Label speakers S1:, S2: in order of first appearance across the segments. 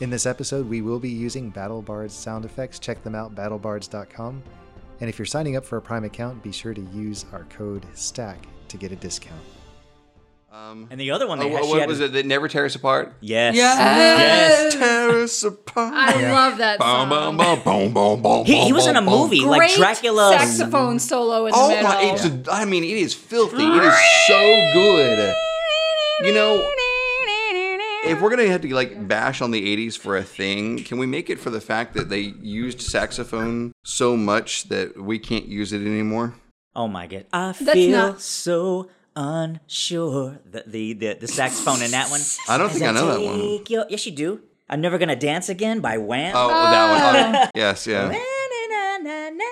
S1: In this episode, we will be using Battle Bard's sound effects. Check them out, battlebards.com. And if you're signing up for a Prime account, be sure to use our code STACK to get a discount.
S2: Um,
S3: And the other one
S2: oh,
S3: they had,
S2: what
S3: she had
S2: was
S3: a-
S2: it that never tear us apart?
S3: Yes.
S4: Yes.
S2: tear us apart.
S4: I love that song.
S2: Bum, bum, bum, bum, bum, bum,
S3: He, he was in a
S2: bum, bum.
S3: movie
S4: Great
S3: like Dracula.
S4: saxophone solo in
S2: Oh
S4: the middle.
S2: my! It's a, I mean, it is filthy. It is so good. You know, if we're gonna have to like bash on the '80s for a thing, can we make it for the fact that they used saxophone so much that we can't use it anymore?
S3: Oh my god. I
S4: That's
S3: feel
S4: not-
S3: so unsure. The, the the the saxophone in that one.
S2: I don't
S3: As
S2: think I know that one.
S3: take your- yes, you do. I'm never gonna dance again by Wham.
S2: Oh, that
S4: Ah.
S2: one. Oh, yes, yeah.
S3: Na-na-na-na-na-na-na.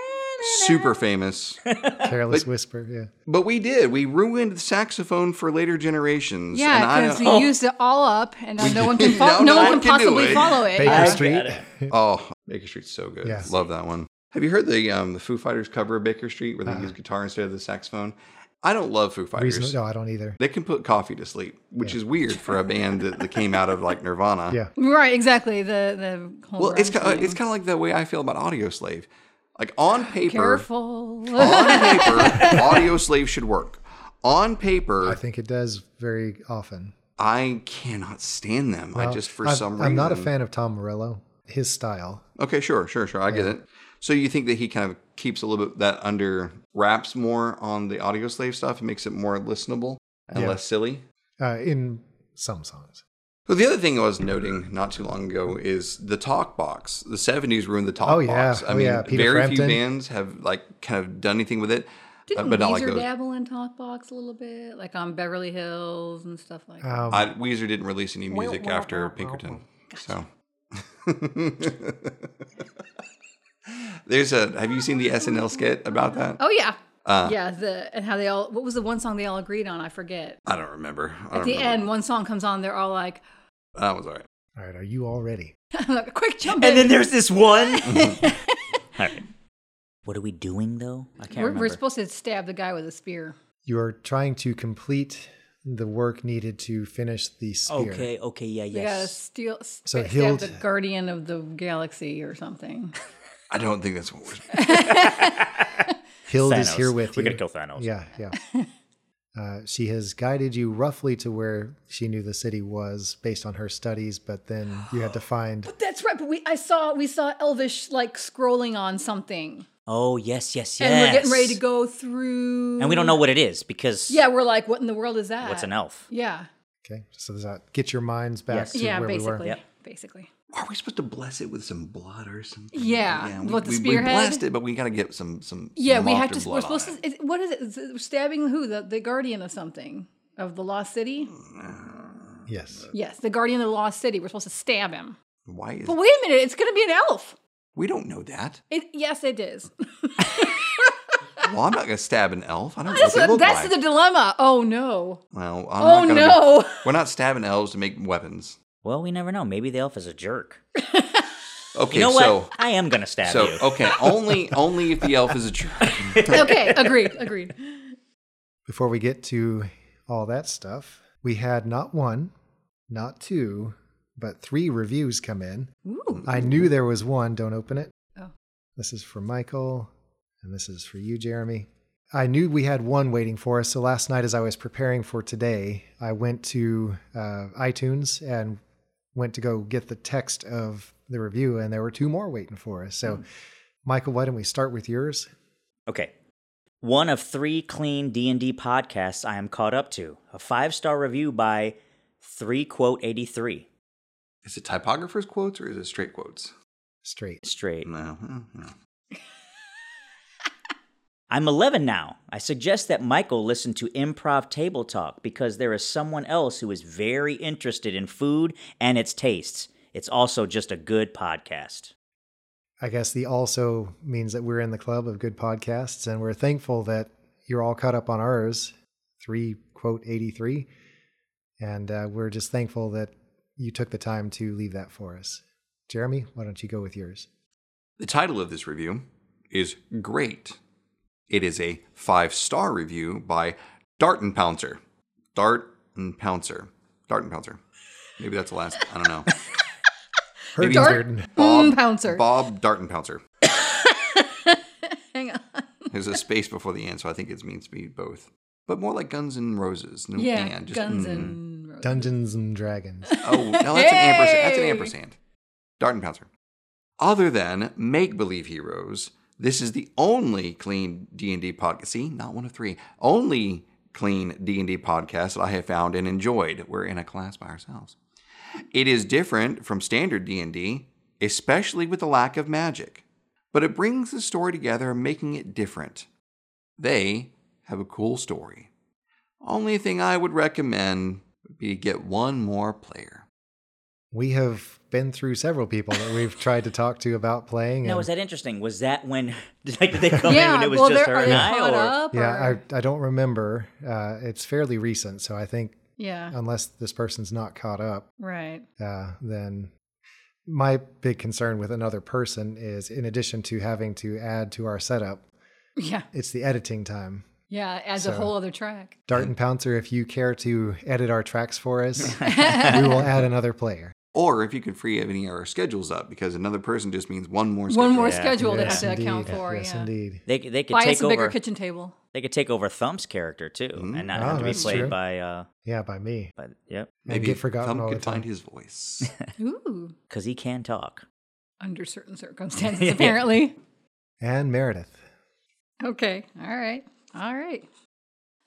S2: Super famous.
S1: Careless Whisper, yeah.
S2: But we did. We ruined the saxophone for later generations. and I
S4: Yeah, because
S2: don't-
S4: we used it all up, and now no one can
S2: did.
S4: follow.
S2: Now
S4: no,
S2: no
S4: one
S2: one
S4: can
S2: can do
S4: possibly
S2: it.
S4: follow it.
S1: Baker
S3: I got
S1: Street.
S3: it.
S2: Oh, Baker Street's so good.
S1: Yes.
S2: Love that one. Have you heard the um, the Foo Fighters cover of Baker Street where they use guitar instead of the saxophone? I don't love Foo Fighters.
S1: Uh-huh. Reason- no, I don't either.
S2: They can put coffee to sleep, which is weird for a band that, that came out of like Nirvana.
S1: Yeah.
S4: Right, exactly. The the whole
S2: Well, it's
S4: grunge
S2: ki- uh,
S4: thing.
S2: it's kind of like the way I feel about Audio Slave. Like on paper,
S4: careful.
S2: on paper, Audio Slave should work. On paper,
S1: I think it does very often.
S2: I cannot stand them. I
S1: Well,
S2: just for
S1: I'm-
S2: some reason
S1: I'm not a fan of Tom Morello, his style.
S2: Okay, sure, sure, sure. I get it. So you think that he kind of keeps a little bit that under wraps more on the audio slave stuff and makes it more listenable and
S1: Yeah.
S2: less silly?
S1: uh, in some songs.
S2: Well, the other thing I was noting not too long ago is the talk box. The 70s ruined the talk
S1: Oh, yeah.
S2: box. I
S1: Oh,
S2: mean,
S1: yeah. Peter
S2: very few
S1: Frampton.
S2: bands have like kind of done anything with it.
S4: Didn't
S2: uh, but not like
S4: Weezer
S2: those.
S4: dabble in Talkbox a little bit, like on Beverly Hills and stuff like
S3: Uh.
S4: that?
S1: Um,
S2: I, Weezer didn't release any music after Pinkerton. So There's a have you seen the SNL skit about that?
S4: oh yeah,
S2: Uh.
S4: yeah. The and how they all. What was the one song they all agreed on? I forget.
S2: I don't remember. I
S4: At
S2: don't
S4: the
S2: remember.
S4: end, one song comes on. They're all like,
S2: That was all right.
S1: all right, are you all ready?
S4: I'm like, "Quick jump in!"
S3: And then there's this one. All right. What are we doing though? I can't
S4: we're,
S3: remember.
S4: we're supposed to stab the guy with a spear.
S1: You are trying to complete the work needed to finish the spear.
S3: okay. Okay. Yeah.
S4: We gotta
S3: Yes.
S4: steal,
S1: So
S4: stab
S1: he'll-
S4: the guardian of the galaxy or something.
S2: I don't think that's what we're
S1: Hild is
S3: Thanos.
S1: here with
S3: We're
S1: you.
S3: gonna kill Thanos.
S1: Yeah, yeah. uh, she has guided you roughly to where she knew the city was based on her studies, but then you had to find.
S4: That's right. But we, I saw, we saw Elvish like scrolling on something,
S3: Oh yes, yes, yes.
S4: and we're getting ready to go through.
S3: And we don't know what it is because
S4: Yeah, we're like, what in the world is that?
S3: what's an elf?
S4: Yeah,
S1: Okay, so does that get your minds back
S3: Yes.
S1: to
S4: yeah,
S1: where
S4: basically,
S1: we were?
S3: Yep.
S4: basically.
S2: Are we supposed to bless it with some blood or something?
S4: Yeah,
S2: we,
S4: with the
S2: we- we
S4: spearhead?
S2: blessed it, but we gotta get some some.
S4: Yeah,
S2: some
S4: we have
S2: mocked
S4: to.
S2: blood
S4: We're
S2: on
S4: supposed
S2: it.
S4: to. It, what is it? Is it? Stabbing who? The the guardian of something of the lost city.
S1: Yes.
S4: Yes, the guardian of the lost city. We're supposed to stab him.
S2: Why is
S4: But wait a minute, it's going to be an elf.
S2: we don't know that?
S4: It, yes, it is.
S2: Well, I'm not gonna stab an elf. I don't know what
S4: That's,
S2: they
S4: what-
S2: look
S4: that's
S2: like.
S4: the dilemma. Oh no.
S2: well,
S4: Oh
S2: I'm not gonna be-
S4: no.
S2: we're not stabbing elves to make weapons.
S3: Well, we never know. Maybe the elf is a jerk.
S2: Okay,
S3: You know what?
S2: so
S3: I am gonna stab
S2: so
S3: you.
S2: okay, only only if the elf is a jerk.
S4: okay, agreed, agreed.
S1: Before we get to all that stuff, we had not one, not two, but three reviews come in.
S4: Ooh.
S1: I knew there was one. Don't open it.
S4: Oh.
S1: This is for Michael, and this is for you, Jeremy. I knew we had one waiting for us. So last night, as I was preparing for today, I went to uh, iTunes and went to go get the text of the review, and there were two more waiting for us. So, Michael, why don't we start with yours?
S3: Okay. One of three clean D&D podcasts I am caught up to. A five-star review by 3 quote 83.
S2: Is it typographer's quotes or is it straight quotes?
S1: Straight.
S3: Straight.
S2: No, no, no.
S3: I'm 11 now. I suggest that Michael listen to Improv Table Talk because there is someone else who is very interested in food and its tastes. It's also just a good podcast.
S1: I guess the also means that we're in the club of good podcasts, and we're thankful that you're all caught up on ours, three quote eighty three, and uh, we're just thankful that you took the time to leave that for us. Jeremy, why don't you go with yours?
S2: The title of this review is Great. It is a five star review by Dart and Pouncer. Dart and Pouncer. Dart and Pouncer. Maybe that's the last. I don't know.
S1: Her
S2: Maybe
S1: Dart-
S2: Bob
S4: Mm, Pouncer.
S2: Bob Darton Pouncer.
S4: Hang on.
S2: There's a space before the and, so I think it means to be both. But more like Guns and Roses. No
S4: Yeah,
S2: and. Just,
S4: Guns
S2: mm.
S4: and Roses.
S1: Dungeons and Dragons.
S2: Oh, no, that's an ampersand. That's an
S4: Hey!
S2: ampersand. Darton Pouncer. Other than Make Believe Heroes, this is the only clean D&D podcast. See, not one of three. Only clean D&D podcast that I have found and enjoyed. We're in a class by ourselves. It is different from standard D&D, especially with the lack of magic. But it brings the story together, making it different. They have a cool story. Only thing I would recommend would be to get one more player.
S1: We have been through several people that we've tried to talk to about playing.
S3: Now,
S1: and-
S3: was that interesting? Was that when like, did they come in when
S4: yeah,
S3: it was
S4: well,
S3: just
S4: they're-
S3: her
S4: are they
S3: and I?
S4: caught
S3: Or,
S4: up?
S1: yeah,
S4: or-
S1: I, I don't remember. Uh, it's fairly recent, so I think
S4: yeah,
S1: unless this person's not caught up,
S4: right.
S1: uh, then my big concern with another person is in addition to having to add to our setup,
S4: Yeah,
S1: it's the editing time.
S4: yeah, as a
S1: So-
S4: whole other track.
S1: Dart and Pouncer, if you care to edit our tracks for us, we will add another player.
S2: Or if you can free any of our schedules up, because another person just means one more schedule.
S4: One more
S3: Yeah.
S4: schedule to have to
S1: indeed.
S4: account for.
S1: Yes,
S4: yeah.
S1: indeed.
S3: they they could
S4: Buy us
S3: take
S4: a bigger
S3: over.
S4: kitchen table.
S3: They could take over Thump's character too,
S2: Mm.
S3: and not
S1: Oh,
S3: have to be
S1: that's
S3: played
S1: true.
S3: by. Uh,
S1: Yeah, by me.
S3: but yep,
S1: Maybe get forgotten
S2: Thumb
S1: all
S2: could
S1: the time.
S2: find his voice.
S4: Ooh,
S3: because he can talk.
S4: under certain circumstances, apparently.
S1: And Meredith.
S4: Okay. All right. All right.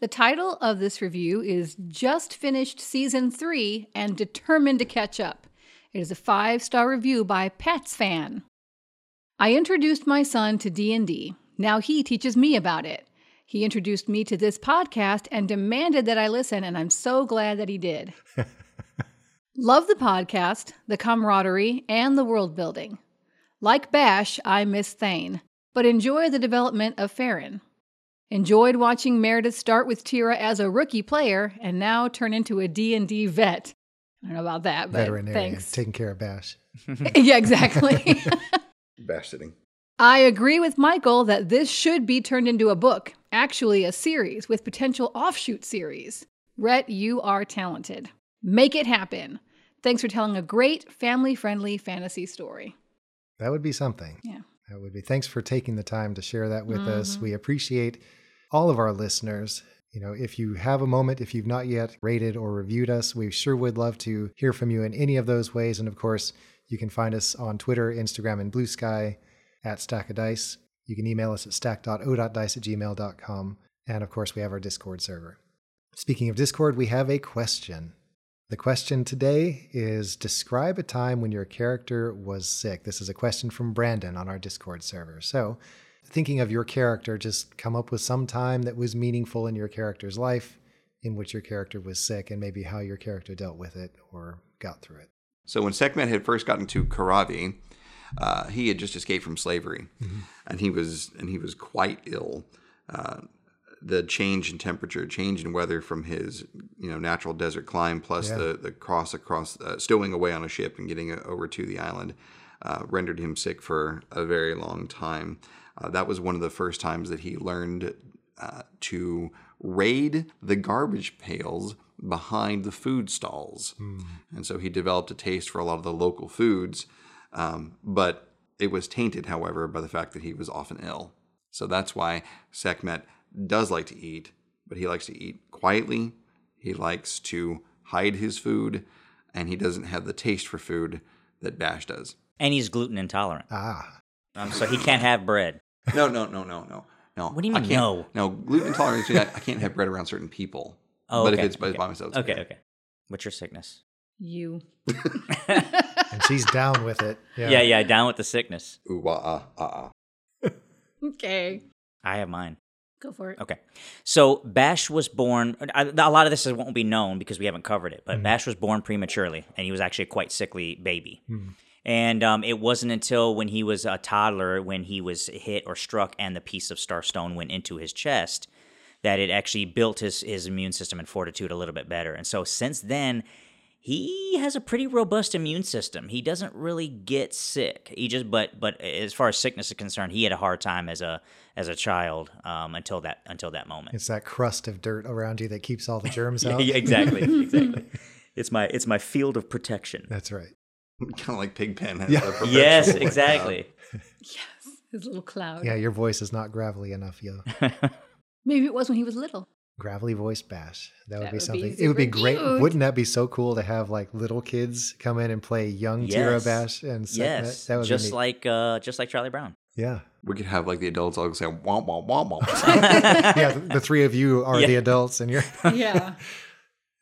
S4: The title of this review is Just Finished Season 3 and Determined to Catch Up. It is a five-star review by Pats Fan. I introduced my son to D&D. Now he teaches me about it. He introduced me to this podcast and demanded that I listen, and I'm so glad that he did. Love the podcast, the camaraderie, and the world building. Like Bash, I miss Thane, but enjoy the development of Farron. Enjoyed watching Meredith start with Tira as a rookie player and now turn into a D&D vet. I don't know about that, but
S1: veterinarian
S4: thanks.
S1: taking care of Bash.
S4: yeah, exactly.
S2: Bash sitting.
S4: I agree with Michael that this should be turned into a book, actually, a series with potential offshoot series. Rhett, you are talented. Make it happen. Thanks for telling a great family friendly fantasy story.
S1: That would be something.
S4: Yeah.
S1: That would be. Thanks for taking the time to share that with us. We appreciate all of our listeners. You know, if you have a moment, if you've not yet rated or reviewed us, we sure would love to hear from you in any of those ways. And of course, you can find us on Twitter, Instagram, and Blue Sky at Stack of Dice. You can email us at stack.o.dice at gmail.com. And of course, we have our Discord server. Speaking of Discord, we have a question. The question today is Describe a time when your character was sick. This is a question from Brandon on our Discord server. So, thinking of your character, just come up with some time that was meaningful in your character's life in which your character was sick and maybe how your character dealt with it or got through it.
S2: So when Sekhmet had first gotten to Karavi, uh, he had just escaped from slavery,
S1: Mm-hmm.
S2: and he was and he was quite ill. Uh, the change in temperature, change in weather from his you know natural desert climb, plus
S1: Yeah.
S2: the the cross across uh, stowing away on a ship and getting over to the island, uh, rendered him sick for a very long time. Uh, that was one of the first times that he learned uh, to raid the garbage pails behind the food stalls. And so he developed a taste for a lot of the local foods, um, but it was tainted, however, by the fact that he was often ill. So that's why Sekhmet does like to eat, but he likes to eat quietly. He likes to hide his food, and he doesn't have the taste for food that Bash does.
S3: And he's gluten intolerant,
S1: Ah,
S3: um, so he can't have bread.
S2: No, no, no, no, no, no.
S3: What do you
S2: I
S3: mean,
S2: can't-
S3: no?
S2: No, gluten intolerance. means I I can't have bread around certain people.
S3: Oh,
S2: but
S3: okay,
S2: if it's by,
S3: okay.
S2: by myself, it's
S3: okay, okay. What's your sickness?
S4: You.
S1: and she's down with it.
S3: Yeah. yeah, Down with the sickness.
S2: Ooh, ah, ah, ah.
S4: Okay.
S3: I have mine.
S4: Go for it.
S3: Okay. So Bash was born, I- a lot of this is- won't be known because we haven't covered it, but
S1: Mm-hmm.
S3: Bash was born prematurely and he was actually a quite sickly baby. And um, it wasn't until when he was a toddler when he was hit or struck and the piece of starstone went into his chest that it actually built his, his immune system and fortitude a little bit better. And so since then, he has a pretty robust immune system. He doesn't really get sick. He just but but as far as sickness is concerned, he had a hard time as a as a child um, until that until that moment.
S1: It's that crust of dirt around you that keeps all the germs out.
S3: Yeah, exactly, exactly. It's my it's my field of protection.
S1: That's right.
S2: kind of like Pigpen. has
S1: Yeah.
S2: the perpetual
S3: Yes,
S2: like, uh,
S3: exactly.
S4: Yes, his little cloud.
S1: Yeah, your voice is not gravelly enough. You
S4: Maybe it was when he was little.
S1: gravelly voice bash. That would
S4: That
S1: be
S4: would be
S1: something. it would be
S4: super
S1: great.
S4: cute.
S1: Wouldn't that be so cool to have like little kids come in and play young
S3: Yes.
S1: Tira Bash and set that-
S3: yes,
S1: That would be
S3: just
S1: neat.
S3: like uh, just like Charlie Brown.
S1: yeah,
S2: we could have like the adults all say womp womp womp womp.
S1: yeah. The, the three of you are the
S3: Yeah.
S1: adults, and you're
S4: Yeah.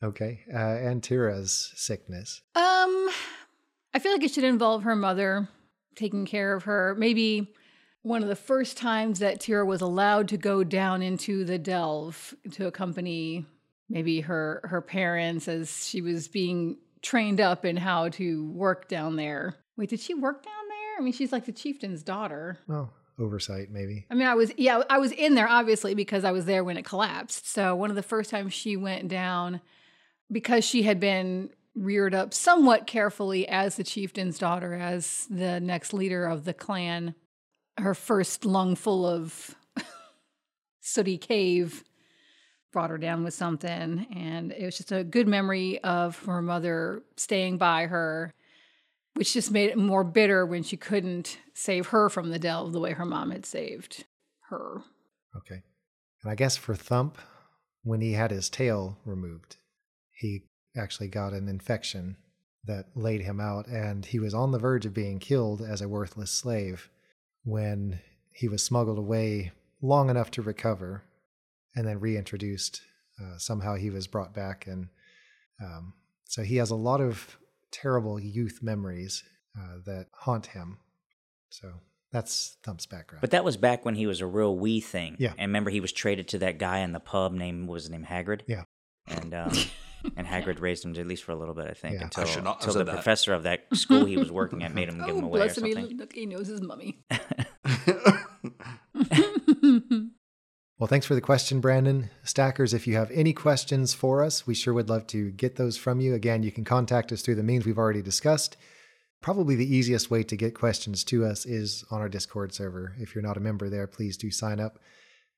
S1: okay. Uh, and Tira's sickness.
S4: Um, I feel like it should involve her mother taking care of her. Maybe one of the first times that Tira was allowed to go down into the delve to accompany maybe her her parents as she was being trained up in how to work down there. Wait, did she work down there? I mean, she's like the chieftain's daughter.
S1: Well, oversight maybe.
S4: I mean, I was yeah, I was in there obviously because I was there when it collapsed. So one of the first times she went down, because she had been reared up somewhat carefully as the chieftain's daughter, as the next leader of the clan, her first lungful of sooty cave brought her down with something, and it was just a good memory of her mother staying by her. Which just made it more bitter when she couldn't save her from the delve the way her mom had saved her.
S1: Okay. And I guess for Thump, when he had his tail removed, he actually got an infection that laid him out, and he was on the verge of being killed as a worthless slave when he was smuggled away long enough to recover and then reintroduced. Uh, somehow he was brought back, and um, so he has a lot of terrible youth memories uh, that haunt him. So that's Thump's background.
S3: But that was back when he was a real wee thing.
S1: Yeah.
S3: And remember, he was traded to that guy in the pub named what was his name Hagrid.
S1: Yeah.
S3: And um, and Hagrid raised him to at least for a little bit, I think,
S1: Yeah. I
S3: until,
S2: should not have
S3: until the
S2: said that.
S3: professor of that school he was working at made him give him
S4: oh,
S3: away or
S4: bless him. He,
S3: something.
S4: look, he knows his mummy.
S1: Well, thanks for the question, Brandon. Stackers, if you have any questions for us, we sure would love to get those from you. Again, you can contact us through the means we've already discussed. Probably the easiest way to get questions to us is on our Discord server. If you're not a member there, please do sign up.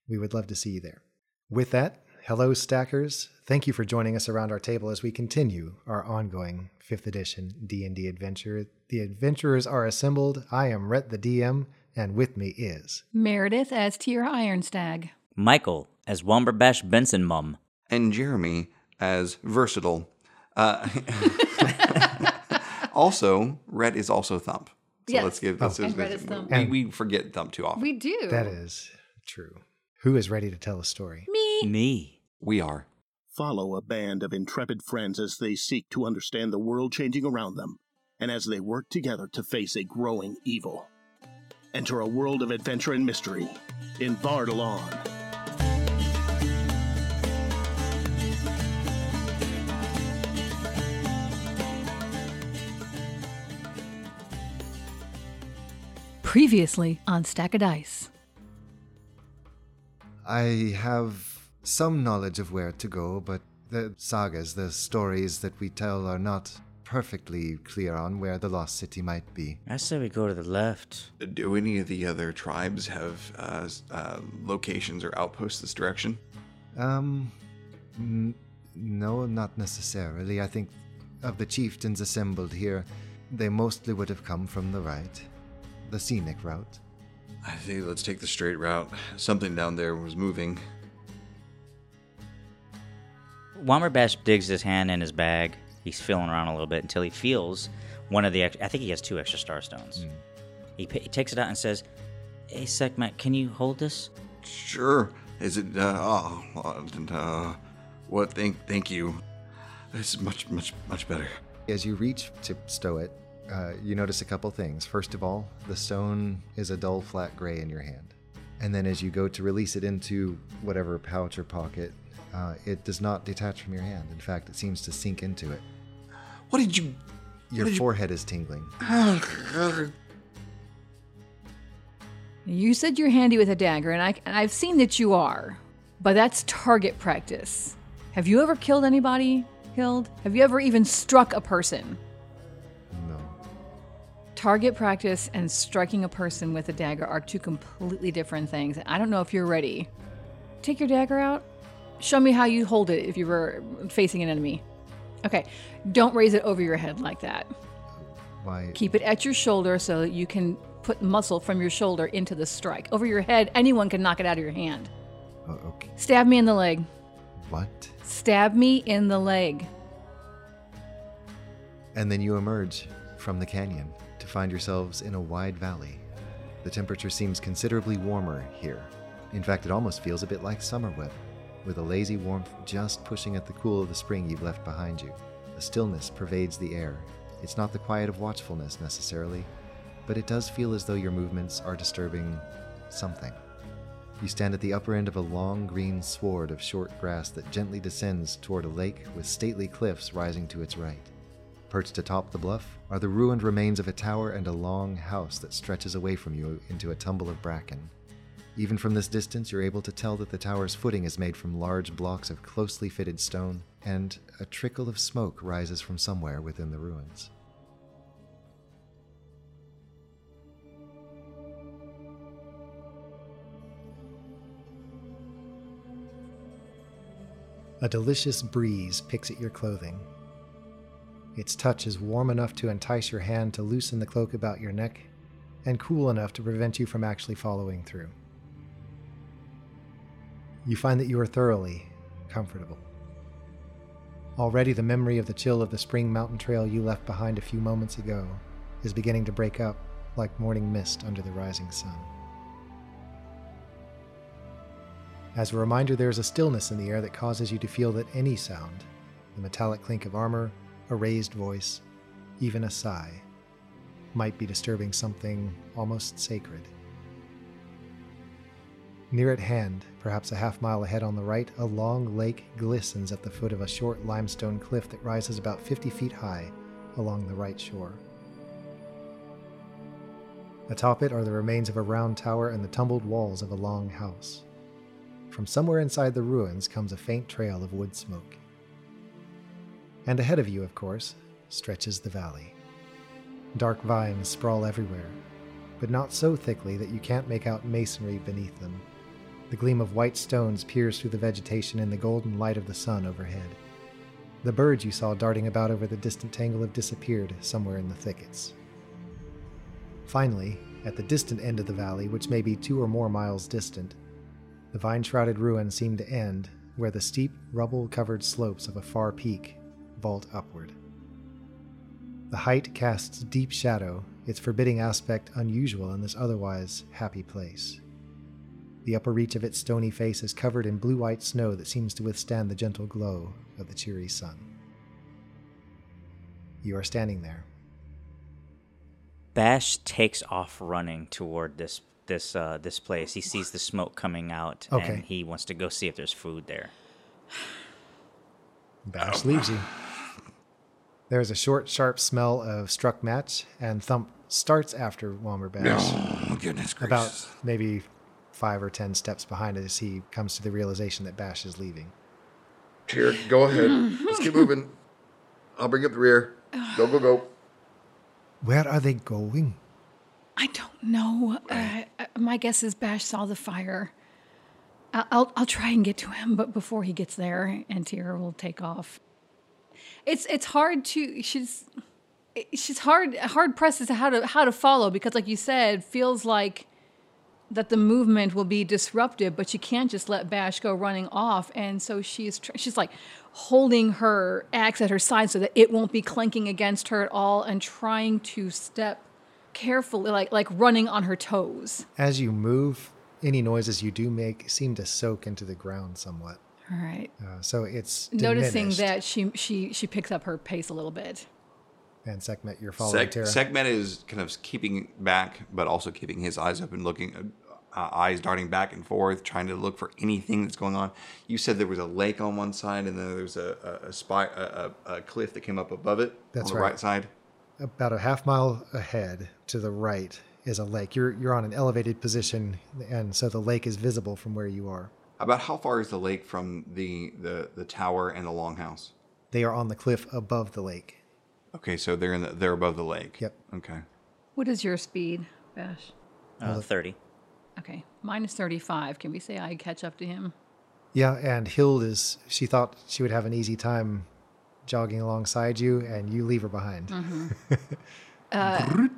S1: We would love to see you there. With that, hello, Stackers. Thank you for joining us around our table as we continue our ongoing 5th edition D&D adventure. The adventurers are assembled. I am Rhett the DM, and with me is...
S4: Meredith as Tyr Ironstag.
S3: Michael as Womberbash Benson mum.
S2: and Jeremy as versatile. Uh, also, Rhett is also Thump. So
S4: Yes.
S2: let's give this
S4: And Rhett is Thump.
S2: We, we forget Thump too often. We,
S4: We do.
S1: That is true. Who is ready to tell a story?
S4: me.
S3: Me.
S2: are.
S5: Follow a band of intrepid friends as they seek to understand the world changing around them and as they work together to face a growing evil. Enter a world of adventure and mystery in Bardalon.
S4: Previously on Stack of Dice.
S6: I have some knowledge of where to go, but the sagas, the stories that we tell, are not perfectly clear on where the lost city might be.
S3: I say we go to the left.
S2: Do any of the other tribes have uh, s- uh, locations or outposts this direction?
S6: Um, n- no, not necessarily. I think of the chieftains assembled here, they mostly would have come from the right, the scenic route.
S2: I think let's take the straight route. Something down there was moving.
S3: Womberbash digs his hand in his bag. He's feeling around a little bit until he feels one of the. Ex- I think he has two extra star stones. He, p- he takes it out and says, "Hey, Sekmat, can you hold this?"
S2: Sure. Is it? Uh, oh, uh, uh, what? Thank, thank you. This is much, much, much better.
S6: As you reach to stow it, uh, you notice a couple things. First of all, the stone is a dull flat gray in your hand. And then as you go to release it into whatever pouch or pocket, uh, it does not detach from your hand. In fact, it seems to sink into it.
S2: What did you?
S6: Your forehead is tingling.
S2: Ah,
S4: You said you're handy with a dagger, and, I, and I've seen that you are, but that's target practice. Have you ever killed anybody? Killed? Have you ever even struck a person?
S6: No.
S4: Target practice and striking a person with a dagger are two completely different things. I don't know if you're ready. Take your dagger out. Show me how you hold it if you were facing an enemy. Okay, don't raise it over your head like that.
S6: Why?
S4: Keep it at your shoulder so that you can put muscle from your shoulder into the strike. Over your head, anyone can knock it out of your hand.
S6: oh, okay.
S4: Stab me in the leg.
S6: What?
S4: Stab me in the leg.
S6: And then you emerge from the canyon to find yourselves in a wide valley. The temperature seems considerably warmer here. In fact, it almost feels a bit like summer weather, with a lazy warmth just pushing at the cool of the spring you've left behind you. A stillness pervades the air. It's not the quiet of watchfulness necessarily, but it does feel as though your movements are disturbing something. You stand at the upper end of a long green sward of short grass that gently descends toward a lake with stately cliffs rising to its right. Perched atop the bluff are the ruined remains of a tower and a long house that stretches away from you into a tumble of bracken. Even from this distance, you're able to tell that the tower's footing is made from large blocks of closely fitted stone, and a trickle of smoke rises from somewhere within the ruins.
S1: A delicious breeze picks at your clothing. Its touch is warm enough to entice your hand to loosen the cloak about your neck, and cool enough to prevent you from actually following through. You find that you are thoroughly comfortable. Already, the memory of the chill of the spring mountain trail you left behind a few moments ago is beginning to break up like morning mist under the rising sun. As a reminder, there is a stillness in the air that causes you to feel that any sound the metallic clink of armor, a raised voice, even a sigh might be disturbing something almost sacred. Near at hand, perhaps a half mile ahead on the right, a long lake glistens at the foot of a short limestone cliff that rises about 50 feet high along the right shore. Atop it are the remains of a round tower and the tumbled walls of a long house. From somewhere inside the ruins comes a faint trail of wood smoke. And ahead of you, of course, stretches the valley. Dark vines sprawl everywhere, but not so thickly that you can't make out masonry beneath them. The gleam of white stones peers through the vegetation in the golden light of the sun overhead. The birds you saw darting about over the distant tangle have disappeared somewhere in the thickets. Finally, at the distant end of the valley, which may be two or more miles distant, the vine shrouded ruins seem to end where the steep, rubble covered slopes of a far peak vault upward. The height casts deep shadow, its forbidding aspect unusual in this otherwise happy place. The upper reach of its stony face is covered in blue white snow that seems to withstand the gentle glow of the cheery sun. You are standing there.
S3: Bash takes off running toward this this uh, this place. He sees the smoke coming out,
S1: Okay.
S3: and he wants to go see if there's food there.
S1: Bash leaves you. There is a short, sharp smell of struck match, and Thump starts after Womber Bash.
S2: Oh, goodness gracious.
S1: about maybe five or ten steps behind as he comes to the realization that Bash is leaving.
S7: Here, go ahead. Let's keep moving. I'll bring up the rear. Go, go, go.
S1: Where are they going?
S4: I don't know. Uh, uh, my guess is Bash saw the fire. I- I'll I'll try and get to him, but before he gets there, Antira will take off. It's it's hard to she's it- she's hard hard pressed as to how to how to follow because, like you said, feels like that the movement will be disruptive, but she can't just let Bash go running off, and so she's tr- she's like holding her axe at her side so that it won't be clanking against her at all, and trying to step carefully, like like running on her toes.
S1: As you move, any noises you do make seem to soak into the ground somewhat.
S4: All right.
S1: Uh, so it's
S4: Noticing
S1: diminished.
S4: that she she she picks up her pace a little bit.
S1: And Sekhmet, you're following
S2: Seg-
S1: Tara.
S2: Segment is kind of keeping back, but also keeping his eyes open, looking, uh, uh, eyes darting back and forth, trying to look for anything that's going on. You said there was a lake on one side, and then there was a a, a, spy, a, a, a cliff that came up above it
S1: That's
S2: on the
S1: right.
S2: right, side.
S1: About a half mile ahead to the right is a lake. You're you're on an elevated position, and so the lake is visible from where you are.
S2: About how far is the lake from the the, the tower and the longhouse?
S1: They are on the cliff above the lake.
S2: Okay, so they're in the, they're above the lake.
S1: Yep.
S2: Okay.
S4: What is your speed, Bash?
S3: Uh, Thirty.
S4: Okay, mine is thirty five. Can we say I catch up to him?
S1: Yeah, and Hild is. She thought she would have an easy time jogging alongside you, and you leave her behind.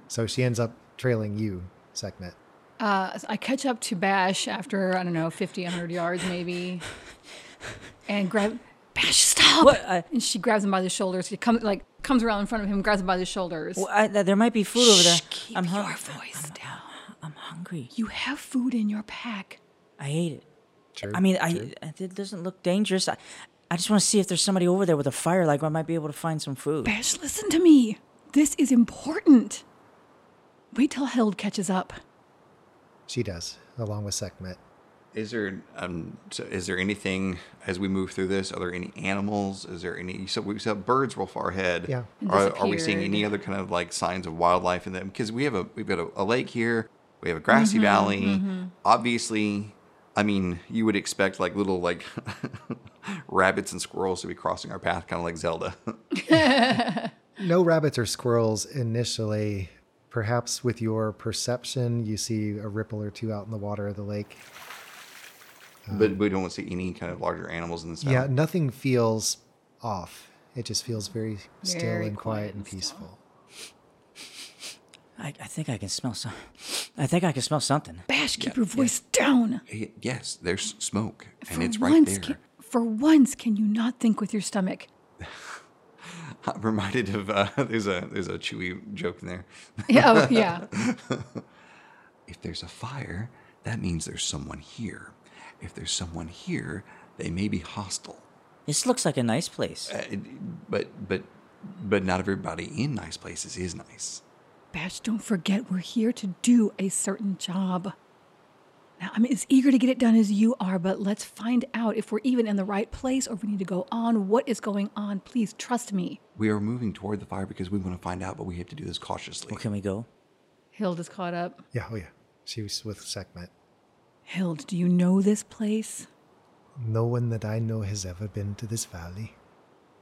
S1: so she ends up trailing you, Sekhmet.
S4: Uh, I catch up to Bash after, I don't know, 50, 100 yards maybe. And grab, Bash, stop!
S3: What? I-
S4: and she grabs him by the shoulders. She comes, like, comes around in front of him, grabs him by the shoulders.
S3: Well, I, there might be food over there.
S4: Shh, keep
S3: I'm
S4: your
S3: hungry.
S4: voice down.
S3: I'm hungry.
S4: You have food in your pack.
S3: I ate it.
S1: True.
S3: I mean, I it doesn't look dangerous. I, I just want to see if there's somebody over there with a fire. Like I might be able to find some food.
S4: Bash, listen to me. This is important. Wait till Held catches up.
S1: she does, along with Sekhmet.
S2: Is there um? So is there anything as we move through this? Are there any animals? Is there any? So we saw birds real far ahead.
S1: Yeah.
S4: And
S2: Are, are we seeing
S4: disappeared.
S2: any other kind of like signs of wildlife in them? Because we have a we've got a, a lake here. We have a
S4: Mm-hmm,
S2: grassy valley. Obviously, I mean, you would expect like little like rabbits and squirrels to be crossing our path, kind of like Zelda.
S1: No rabbits or squirrels initially. Perhaps with your perception, you see a ripple or two out in the water of the lake.
S2: but we don't see any kind of larger animals in this valley.
S1: Yeah, nothing feels off. It just feels very still
S4: Very
S1: and
S4: quiet
S1: quiet and
S4: and still.
S1: peaceful.
S3: I, I think I can smell some. I think I can smell something.
S4: Bash, keep your voice down.
S2: Hey, yes, there's smoke, and
S4: For
S2: it's right
S4: once
S2: there.
S4: Can, for once, can you not think with your stomach?
S2: I'm reminded of uh, there's a there's a Chewy joke in there.
S4: Yeah, oh, yeah.
S2: If there's a fire, that means there's someone here. If there's someone here, they may be hostile.
S3: This looks like a nice place.
S2: Uh, it- but but but not everybody in nice places is nice.
S4: Bash, don't forget we're here to do a certain job. Now, I'm as eager to get it done as you are, but let's find out if we're even in the right place or if we need to go on. What is going on? Please trust me.
S2: We are moving toward the fire because we want to find out, but we have to do this cautiously.
S3: Well, can we go?
S4: Hilda's caught up.
S1: Yeah, oh yeah. She was with Sekhmet.
S4: Hild, do you know this place?
S1: No one that I know has ever been to this valley.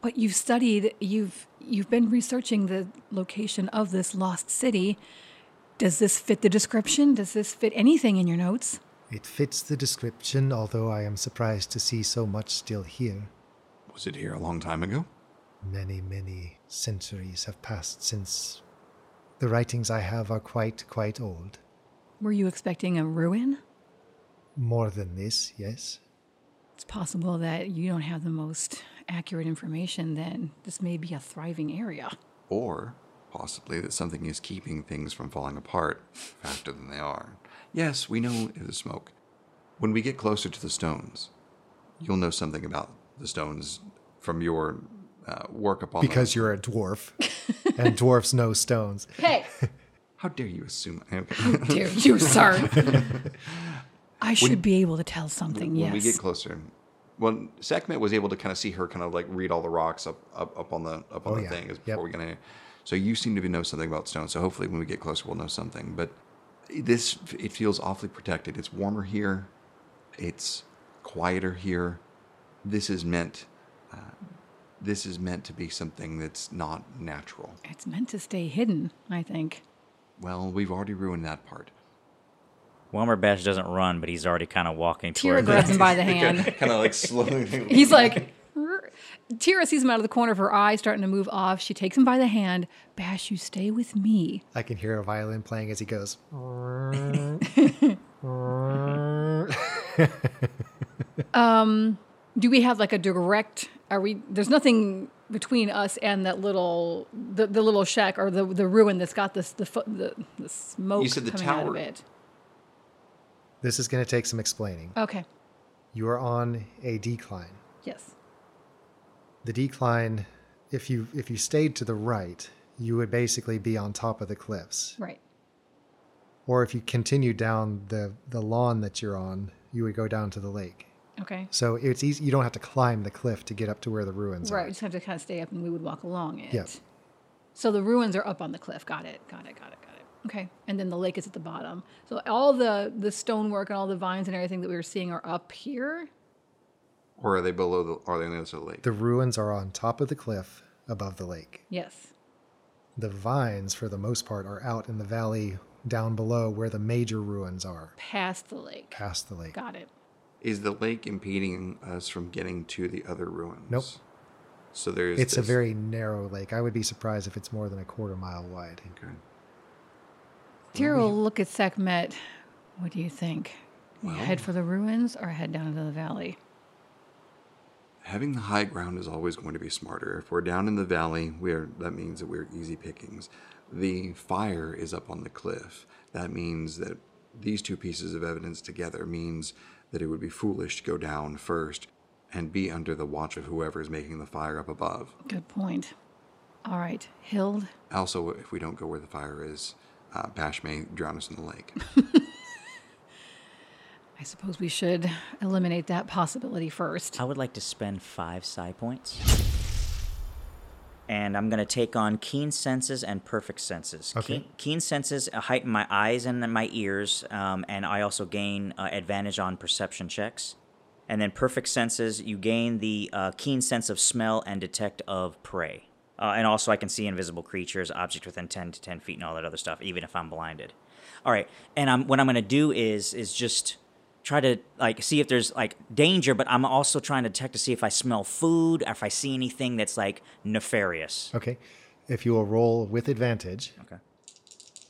S4: But you've studied, you've you've been researching the location of this lost city. Does this fit the description? Does this fit anything in your notes?
S1: It fits the description, although I am surprised to see so much still here.
S2: Was it here a long time ago?
S1: Many, many centuries have passed since the writings I have are quite, quite old.
S4: Were you expecting a ruin?
S1: More than this, yes.
S4: It's possible that you don't have the most accurate information, then this may be a thriving area.
S2: Or possibly that something is keeping things from falling apart faster than they are. Yes, we know it is smoke. When we get closer to the stones, you'll know something about the stones from your uh, work upon them.
S1: Because you're a dwarf, and dwarfs know stones.
S4: Hey,
S2: How dare you assume? Okay.
S4: dear you, sir. I should be able to tell something,
S2: when we
S4: yes.
S2: get closer, when Sekhmet was able to kind of see her, kind of like read all the rocks up up, up on the up on
S1: Oh,
S2: the
S1: yeah.
S2: thing, is
S1: Yep.
S2: before we get in. So you seem to be know something about stone. So hopefully, when we get closer, we'll know something. But this it feels awfully protected. It's warmer here. It's quieter here. This is meant. Uh, this is meant to be something that's not natural.
S4: it's meant to stay hidden, I think.
S2: Well, we've already ruined that part.
S3: Wilmer Bash doesn't run, but he's already kind of walking
S4: Tira
S3: toward
S4: grabs
S3: the
S4: him by the hand.
S2: kind of like slowly.
S4: He's like, "Rrr." Tira sees him out of the corner of her eye, starting to move off. She takes him by the hand. Bash, you stay with me.
S1: I can hear a violin playing as he goes.
S4: Do we have like a direct? Are we? There's nothing between us and that little, the, the little shack or the the ruin that's got this the fu- the, the smoke
S2: You said the
S4: coming out of
S2: tower.
S4: it.
S1: This is going to take some explaining.
S4: Okay.
S1: You are on a decline.
S4: Yes.
S1: the decline if you if you stayed to the right you would basically be on top of the cliffs
S4: Right.
S1: or if you continued down the the lawn that you're on you would go down to the lake
S4: Okay.
S1: so it's easy you don't have to climb the cliff to get up to where the ruins
S4: Right.
S1: are
S4: We just have to kind of stay up, and we would walk along it.
S1: Yeah.
S4: So the ruins are up on the cliff. Got it. Got it. Got it. Got it. Okay. And then the lake is at the bottom. So all the the stonework and all the vines and everything that we were seeing are up here.
S2: Or are they below the? Are they on the other side of the lake?
S1: the ruins are on top of the cliff above the lake
S4: Yes.
S1: the vines for the most part are out in the valley down below where the major ruins are
S4: Past the lake.
S1: past the lake
S4: Got it.
S2: Is the lake impeding us from getting to the other ruins?
S1: Nope.
S2: So there's
S1: It's a
S2: this-
S1: very narrow lake. I would be surprised if it's more than a quarter mile wide.
S2: Okay.
S4: Tyr will look at Sekhmet. What do you think? head for the ruins or head down into the valley?
S2: Having the high ground is always going to be smarter. If we're down in the valley, we're that means that we're easy pickings. The fire is up on the cliff. That means that these two pieces of evidence together means that it would be foolish to go down first and be under the watch of whoever is making the fire up above.
S4: Good point. All right, Hild.
S2: Also, if we don't go where the fire is, uh, Bash may drown us in the lake.
S4: I suppose we should eliminate that possibility first.
S3: I would like to spend five psi points. And I'm going to take on keen senses and perfect senses.
S1: Okay.
S3: Keen, keen senses uh, heighten my eyes and my ears, um, and I also gain uh, advantage on perception checks. And then perfect senses, you gain the uh, keen sense of smell and detect of prey. Uh, and also, I can see invisible creatures, objects within 10 to 10 feet, and all that other stuff, even if I'm blinded. All right. And I'm, what I'm going to do is is just try to like see if there's like danger, but I'm also trying to check to see if I smell food, or if I see anything that's like nefarious.
S1: Okay. If you will roll with advantage.
S3: Okay.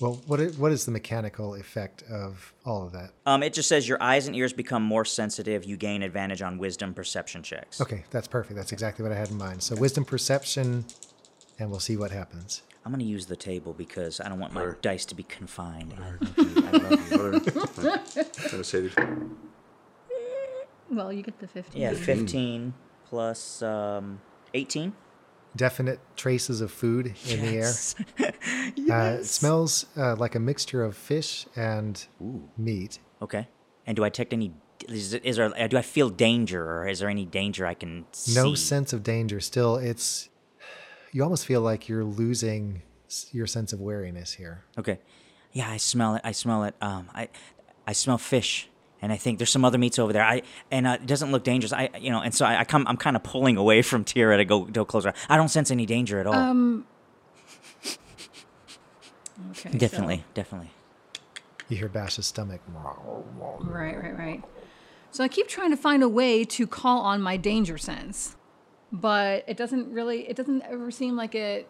S1: Well, what i- what is the mechanical effect of all of that?
S3: Um, it just says your eyes and ears become more sensitive. You gain advantage on wisdom perception checks.
S1: Okay, that's perfect. That's exactly what I had in mind. So wisdom perception, and we'll see what happens.
S3: I'm gonna use the table because I don't want my dice to be confined.
S4: Well, you get the 15.
S3: Yeah, 15 plus um, 18.
S1: Definite traces of food in the air. Uh, it smells uh, like a mixture of fish and meat.
S3: Okay. And do I detect any? Is, is there? Do I feel danger, or is there any danger I can see?
S1: No sense of danger. Still, it's you almost feel like you're losing s- your sense of wariness here.
S3: Okay. Yeah, I smell it. I smell it. Um, I, I smell fish, and I think there's some other meats over there. I and uh, it doesn't look dangerous. I, you know, and so I, I come. I'm kind of pulling away from Tira to go go closer. I don't sense any danger at all.
S4: Um, Okay, so-
S3: definitely, definitely.
S1: You hear Bash's stomach.
S4: Right, right, right. So I keep trying to find a way to call on my danger sense, but it doesn't really, it doesn't ever seem like it.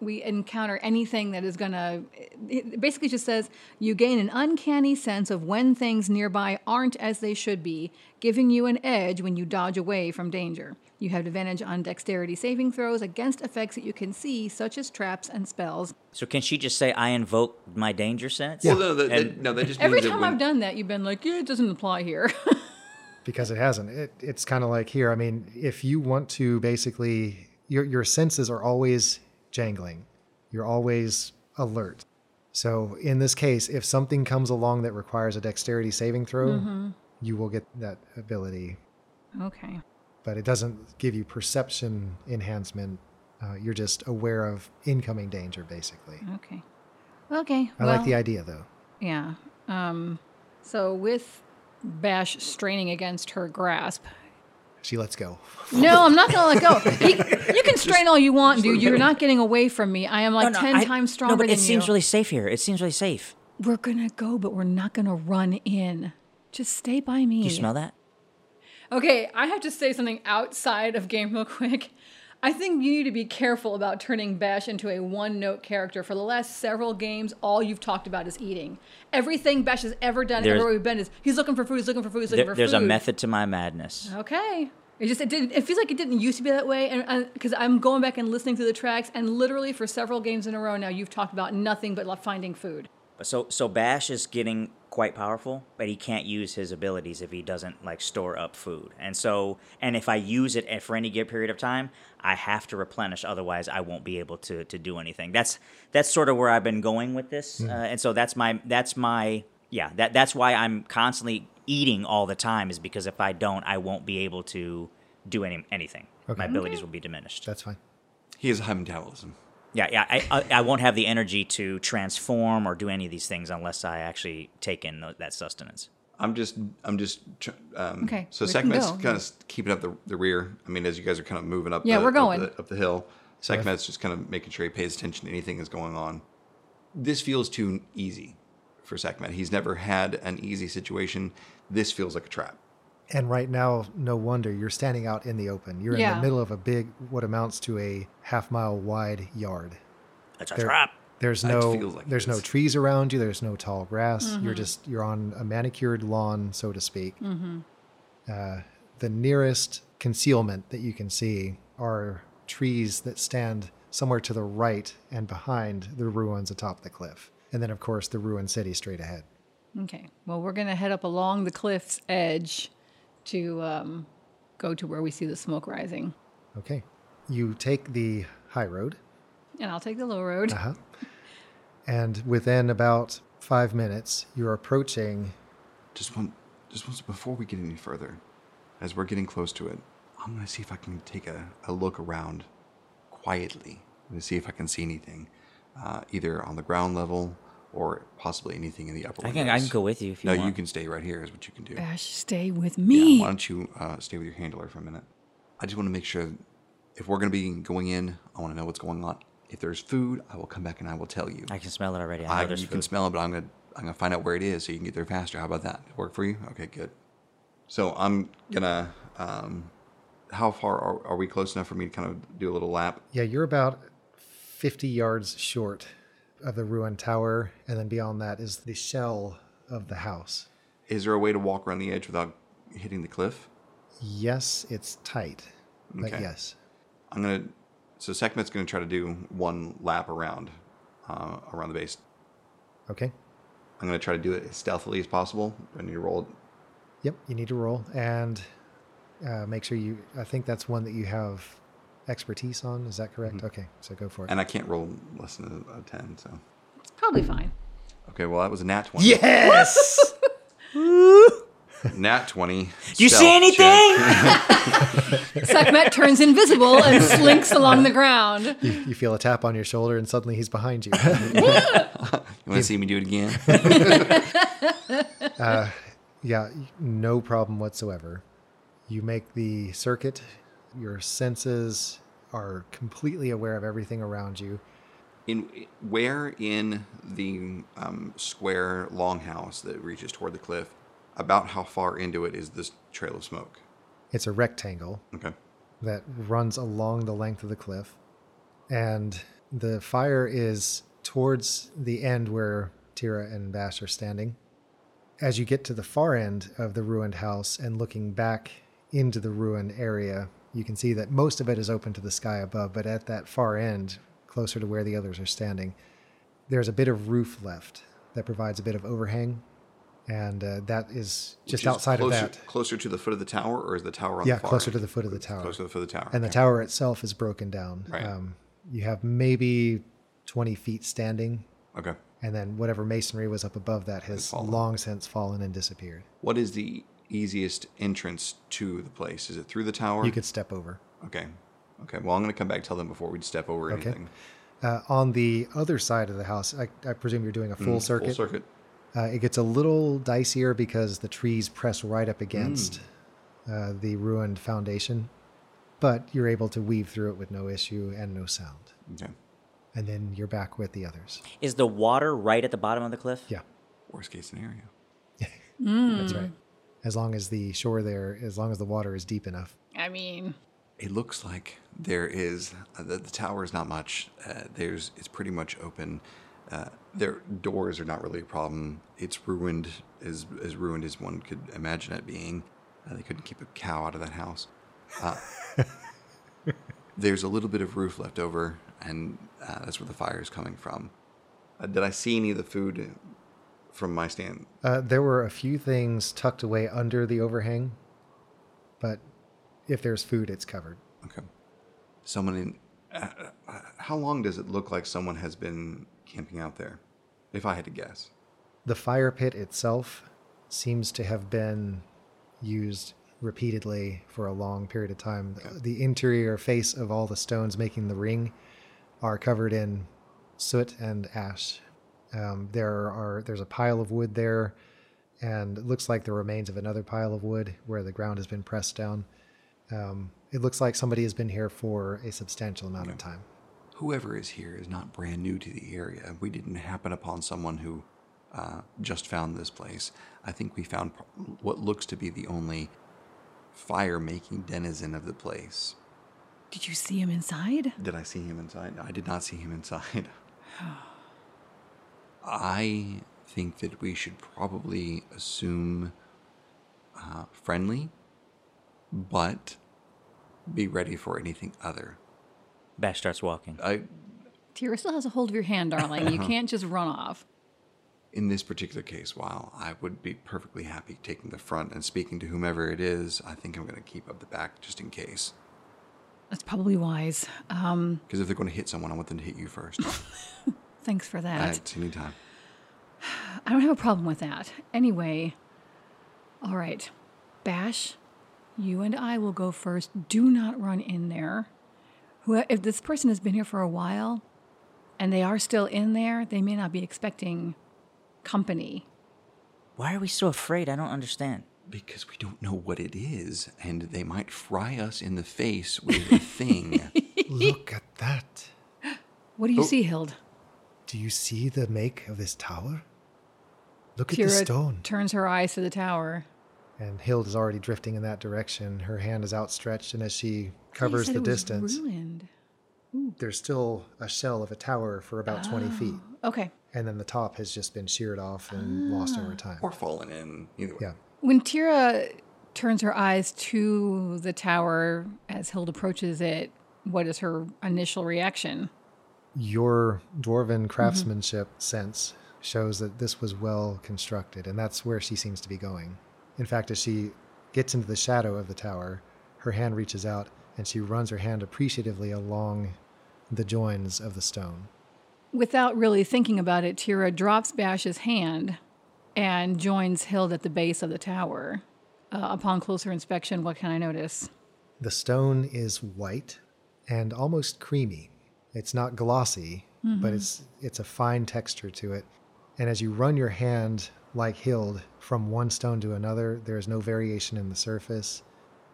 S4: We encounter anything that is gonna. It basically just says you gain an uncanny sense of when things nearby aren't as they should be, giving you an edge when you dodge away from danger. You have advantage on dexterity saving throws against effects that you can see, such as traps and spells.
S3: So can she just say I invoke my danger sense?
S2: Well, no, that, that, no, that just means
S4: Every
S2: that
S4: time
S2: when-
S4: I've done that, you've been like, yeah, it doesn't apply here.
S1: because it hasn't. It, it's kind of like here. I mean, if you want to basically, your your senses are always jangling. You're always alert. So in this case, if something comes along that requires a dexterity saving throw, you will get that ability,
S4: okay.
S1: but it doesn't give you perception enhancement. Uh, you're just aware of incoming danger, basically.
S4: Okay. Okay.
S1: I like the idea, though.
S4: Yeah. Um, so with Bash straining against her grasp,
S1: She lets go.
S4: no, I'm not gonna let go. He, you can strain all you want, dude. You're not getting away from me. I am like
S3: No, no,
S4: ten
S3: I-
S4: times stronger
S3: No, but it
S4: than
S3: seems
S4: you.
S3: really safe here. It seems really safe.
S4: we're gonna go, but we're not gonna run in. Just stay by me.
S3: Do you smell that?
S4: Okay, I have to say something outside of game real quick. I think you need to be careful about turning Bash into a one note character. For the last several games, all you've talked about is eating. Everything Bash has ever done,
S3: There's-
S4: everywhere we've been, is he's looking for food, he's looking for food, he's looking
S3: There,
S4: for
S3: there's
S4: food.
S3: a method to my madness.
S4: Okay. It just it did it feels like it didn't used to be that way and because I'm going back and listening to the tracks and literally for several games in a row now you've talked about nothing but finding food.
S3: So so Bash is getting quite powerful, but he can't use his abilities if he doesn't like store up food. And so and if I use it at- for any given period of time, I have to replenish otherwise I won't be able to to do anything. That's that's sort of where I've been going with this. Uh, and so that's my that's my yeah, that that's why I'm constantly eating all the time is because if I don't, I won't be able to do any anything. My abilities will be diminished.
S1: That's fine.
S2: he is high metabolism.
S3: Yeah, yeah. I, I, I won't have the energy to transform or do any of these things unless I actually take in tho- that sustenance.
S2: I'm just, I'm just. tr- Um,
S4: Okay,
S2: So
S4: we can
S2: Sekhmet's
S4: go.
S2: kind of keeping up the, the rear. I mean, as you guys are kind of moving up.
S4: Yeah,
S2: the,
S4: we're
S2: up
S4: going.
S2: the- up the, hill. Sekhmet's just kind of making sure he pays attention to anything that's going on. This feels too easy for Sekhmet. He's never had an easy situation. This feels like a trap.
S1: And right now, no wonder you're standing out in the open. You're in
S4: Yeah.
S1: the middle of a big, what amounts to a half mile wide yard.
S3: That's a
S1: There-
S3: trap.
S1: There's
S2: That
S1: no
S2: feels like
S1: there's
S2: this.
S1: no trees around you. There's no tall grass. You're just you're on a manicured lawn, so to speak. Uh, the nearest concealment that you can see are trees that stand somewhere to the right and behind the ruins atop the cliff, and then of course the ruined city straight ahead.
S4: Okay. Well, we're going to head up along the cliff's edge to um, go to where we see the smoke rising.
S1: Okay, you take the high road.
S4: And I'll take the low road.
S1: Uh-huh. And within about five minutes, you're approaching.
S2: Just one, just once before we get any further, as we're getting close to it, I'm gonna see if I can take a, a look around quietly to see if I can see anything, uh, either on the ground level or possibly anything in the upper.
S3: I can- I
S2: windows.
S3: can go with you if you
S2: No, you
S3: want.
S2: can stay right here. Is what you can do.
S4: Bash, stay with
S2: Yeah,
S4: Uh, me.
S2: why don't you uh, stay with your handler for a minute? I just want to make sure if we're going to be going in, I want to know what's going on. If there's food, I will come back and I will tell you.
S3: I can smell it already. I
S2: I,
S3: know
S2: you
S3: there's
S2: can
S3: food.
S2: smell it, but I'm gonna I'm gonna find out where it is so you can get there faster. How about that? Work for you? Okay, good. So I'm gonna. Um, how far are, are we close enough for me to kind of do a little lap?
S1: Yeah, you're about 50 yards short of the ruined tower, and then beyond that is the shell of the house.
S2: Is there a way to walk around the edge without hitting the cliff?
S1: Yes, it's tight, but
S2: Okay.
S1: yes.
S2: I'm gonna. So Sekhmet's gonna try to do one lap around, uh, around the base.
S1: Okay.
S2: I'm gonna try to do it as stealthily as possible. I need to roll.
S1: Yep, you need to roll and uh, make sure you. I think that's one that you have expertise on. Is that correct? Okay, so go for it.
S2: Mm-hmm. And I can't roll less than a, a ten. So
S4: It's probably fine.
S2: okay, well that was a nat twenty.
S3: Yes.
S2: Nat twenty.
S3: Do you see
S2: Stealth check.
S3: anything?
S4: Sekhmet turns invisible and slinks along the ground.
S1: you, you feel a tap on your shoulder, and suddenly he's behind you.
S2: You want to see me do it again?
S1: Yeah, no problem whatsoever. You make the circuit, your senses are completely aware of everything around you.
S2: In where in the um, square longhouse that reaches toward the cliff? About how far into it is this trail of smoke?
S1: It's a rectangle
S2: Okay.
S1: that runs along the length of the cliff, and the fire is towards the end where Tira and Bash are standing. As you get to the far end of the ruined house and looking back into the ruined area, you can see that most of it is open to the sky above, but at that far end, closer to where the others are standing, there's a bit of roof left that provides a bit of overhang, and uh, that is
S2: Which
S1: just
S2: is
S1: outside
S2: closer,
S1: of that.
S2: Closer to the foot of the tower, or is the tower on
S1: Yeah,
S2: the far
S1: closer
S2: end?
S1: to the foot of the tower.
S2: Closer to the foot of the tower.
S1: and the
S2: okay.
S1: tower itself is broken down.
S2: Right.
S1: Um, you have maybe 20 feet standing,
S2: Okay.
S1: and then whatever masonry was up above that has
S2: fallen.
S1: long since fallen and disappeared.
S2: What is the easiest entrance to the place? Is it through the tower?
S1: You could step over.
S2: Okay. Okay. Well, I'm going to come back and tell them before we step over
S1: Okay.
S2: anything.
S1: Uh, on the other side of the house, I, I presume you're doing a Mm, full circuit.
S2: Full circuit.
S1: Uh, it gets a little dicier because the trees press right up against uh, the ruined foundation, but you're able to weave through it with no issue and no sound.
S2: Okay.
S1: And then you're back with the others.
S3: Is the water right at the bottom of the cliff?
S1: Yeah.
S2: Worst case scenario.
S1: That's right. As long as the shore there, as long as the water is deep enough.
S4: I mean,
S2: It looks like there is uh, the, the tower is not much. Uh, there's it's pretty much open. Uh, their doors are not really a problem. It's ruined as as ruined as one could imagine it being. Uh, they couldn't keep a cow out of that house. Uh, there's a little bit of roof left over, and uh, that's where the fire is coming from. Uh, did I see any of the food from my stand?
S1: Uh, there were a few things tucked away under the overhang, but if there's food, it's covered.
S2: Okay. Someone in. Uh, uh, how long does it look like someone has been camping out there? If I had to guess.
S1: The fire pit itself seems to have been used repeatedly for a long period of time. The- The interior face of all the stones making the ring are covered in soot and ash. Um, there are there's a pile of wood there, and it looks like the remains of another pile of wood where the ground has been pressed down. Um, it looks like somebody has been here for a substantial amount of time.
S2: Whoever is here is not brand new to the area. We didn't happen upon someone who uh, just found this place. I think we found pro- what looks to be the only fire making denizen of the place.
S4: Did you see him inside?
S2: Did I see him inside? No, I did not see him inside. I think that we should probably assume uh, friendly, but be ready for anything other.
S3: Bash starts walking.
S2: I,
S4: Tira still has a hold of your hand, darling. You can't just run off.
S2: in this particular case, while I would be perfectly happy taking the front and speaking to whomever it is, I think I'm going to keep up the back just in case.
S4: That's probably wise. Um,
S2: Because if they're going to hit someone, I want them to hit you first
S4: thanks for that.
S2: at any time.
S4: I don't have a problem with that. Anyway, all right. Bash, you and I will go first. Do not run in there. Who- If this person has been here for a while and they are still in there, they may not be expecting company.
S3: Why are we so afraid? I don't understand.
S2: Because we don't know what it is, and they might fry us in the face with a thing.
S1: Look at that.
S4: What do
S1: Oh,
S4: you see, Hild?
S1: Do you see the make of this tower? Look at the
S4: Kira
S1: stone.
S4: turns her eyes to the tower.
S1: And Hild is already drifting in that direction. Her hand is outstretched, and as she covers
S4: You said
S1: the
S4: it was
S1: distance,
S4: ruined.
S1: there's still a shell of a tower for about 20 feet.
S4: Okay.
S1: And then the top has just been sheared off and lost
S4: Ah.
S1: over time.
S2: or fallen in, either way.
S1: Yeah.
S4: When Tira turns her eyes to the tower as Hild approaches it, what is her initial reaction?
S1: Your dwarven craftsmanship sense shows that this was well constructed, and that's where she seems to be going. In fact, as she gets into the shadow of the tower, her hand reaches out and she runs her hand appreciatively along the joins of the stone.
S4: Without really thinking about it, Tira drops Bash's hand and joins Hild at the base of the tower. Uh, upon closer inspection, what can I notice?
S1: The stone is white and almost creamy. It's not glossy, but
S4: Mm-hmm.
S1: it's it's a fine texture to it. And as you run your hand like Hild from one stone to another, there is no variation in the surface.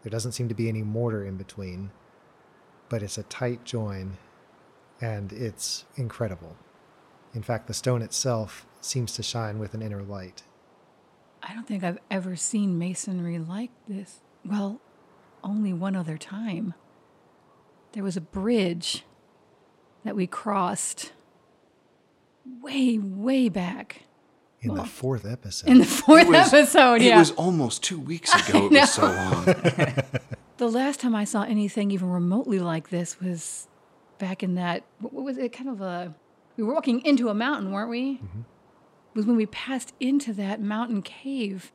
S1: There doesn't seem to be any mortar in between, but it's a tight join and it's incredible. In fact, the stone itself seems to shine with an inner light.
S4: I don't think I've ever seen masonry like this. Well, only one other time. There was a bridge that we crossed way, way back
S1: In the fourth episode,
S4: in the fourth
S2: was-
S4: episode.
S2: It
S4: yeah.
S2: was almost two weeks ago. It was so long.
S4: the last time I saw anything even remotely like this was back in that, what what was it? Kind of a, we were walking into a mountain, weren't we? was when we passed into that mountain cave.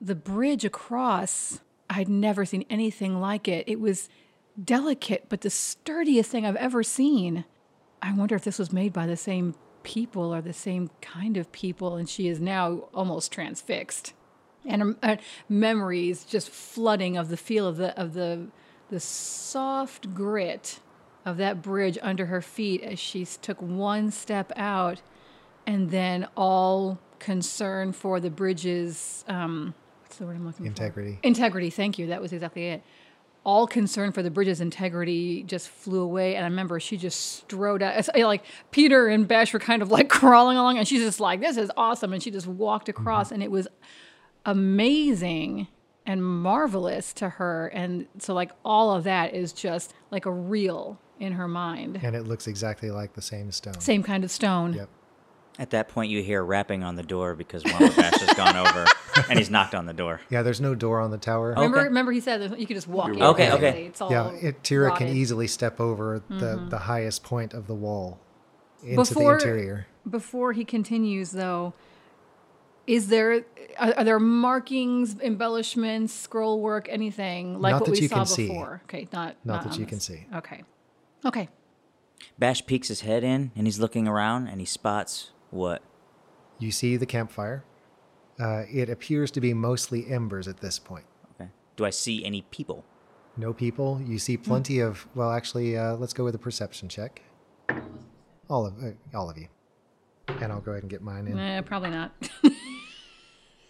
S4: The bridge across, I'd never seen anything like it. It was delicate, but the sturdiest thing I've ever seen. I wonder if this was made by the same people or the same kind of people, and she is now almost transfixed. And her, her memories just flooding of the feel of the of the the soft grit of that bridge under her feet as she took one step out and then all concern for the bridge's um, what's the word I'm looking
S1: Integrity.
S4: for? Integrity. Thank you. That was exactly it. All concern for the bridge's integrity just flew away, and I remember she just strode out. It's like Peter and Bash were kind of like crawling along, and she's just like, "This is awesome!" and she just walked across,
S1: Mm-hmm.
S4: and it was amazing and marvelous to her, and so like all of that is just like a reel in her mind.
S1: and it looks exactly like the same stone.
S4: Same kind of stone.
S1: Yep.
S3: At that point, you hear rapping on the door because one of Bash has gone over and he's knocked on the door.
S1: Yeah, there's no door on the tower.
S4: Remember,
S3: Okay.
S4: remember, he said that you could just walk. in
S3: Okay,
S4: basically.
S3: okay.
S4: It's all
S1: Yeah, it, Tira
S4: rotted.
S1: can easily step over the, the highest point of the wall into
S4: Before-
S1: the interior.
S4: Before he continues, though, is there are, are there markings, embellishments, scroll work, anything like
S1: Not
S4: what
S1: that
S4: we
S1: you
S4: saw
S1: can see.
S4: before? Okay, not
S1: Not that
S4: on
S1: you
S4: this.
S1: can see.
S4: Okay, okay.
S3: Bash peeks his head in and he's looking around and he spots what?
S1: You see the campfire. Uh, it appears to be mostly embers at this point.
S3: Okay. Do I see any people?
S1: No people. You see plenty of. Well, actually, uh, let's go with a perception check. All of uh, all of you, and I'll go ahead and get mine in.
S4: Eh, probably not.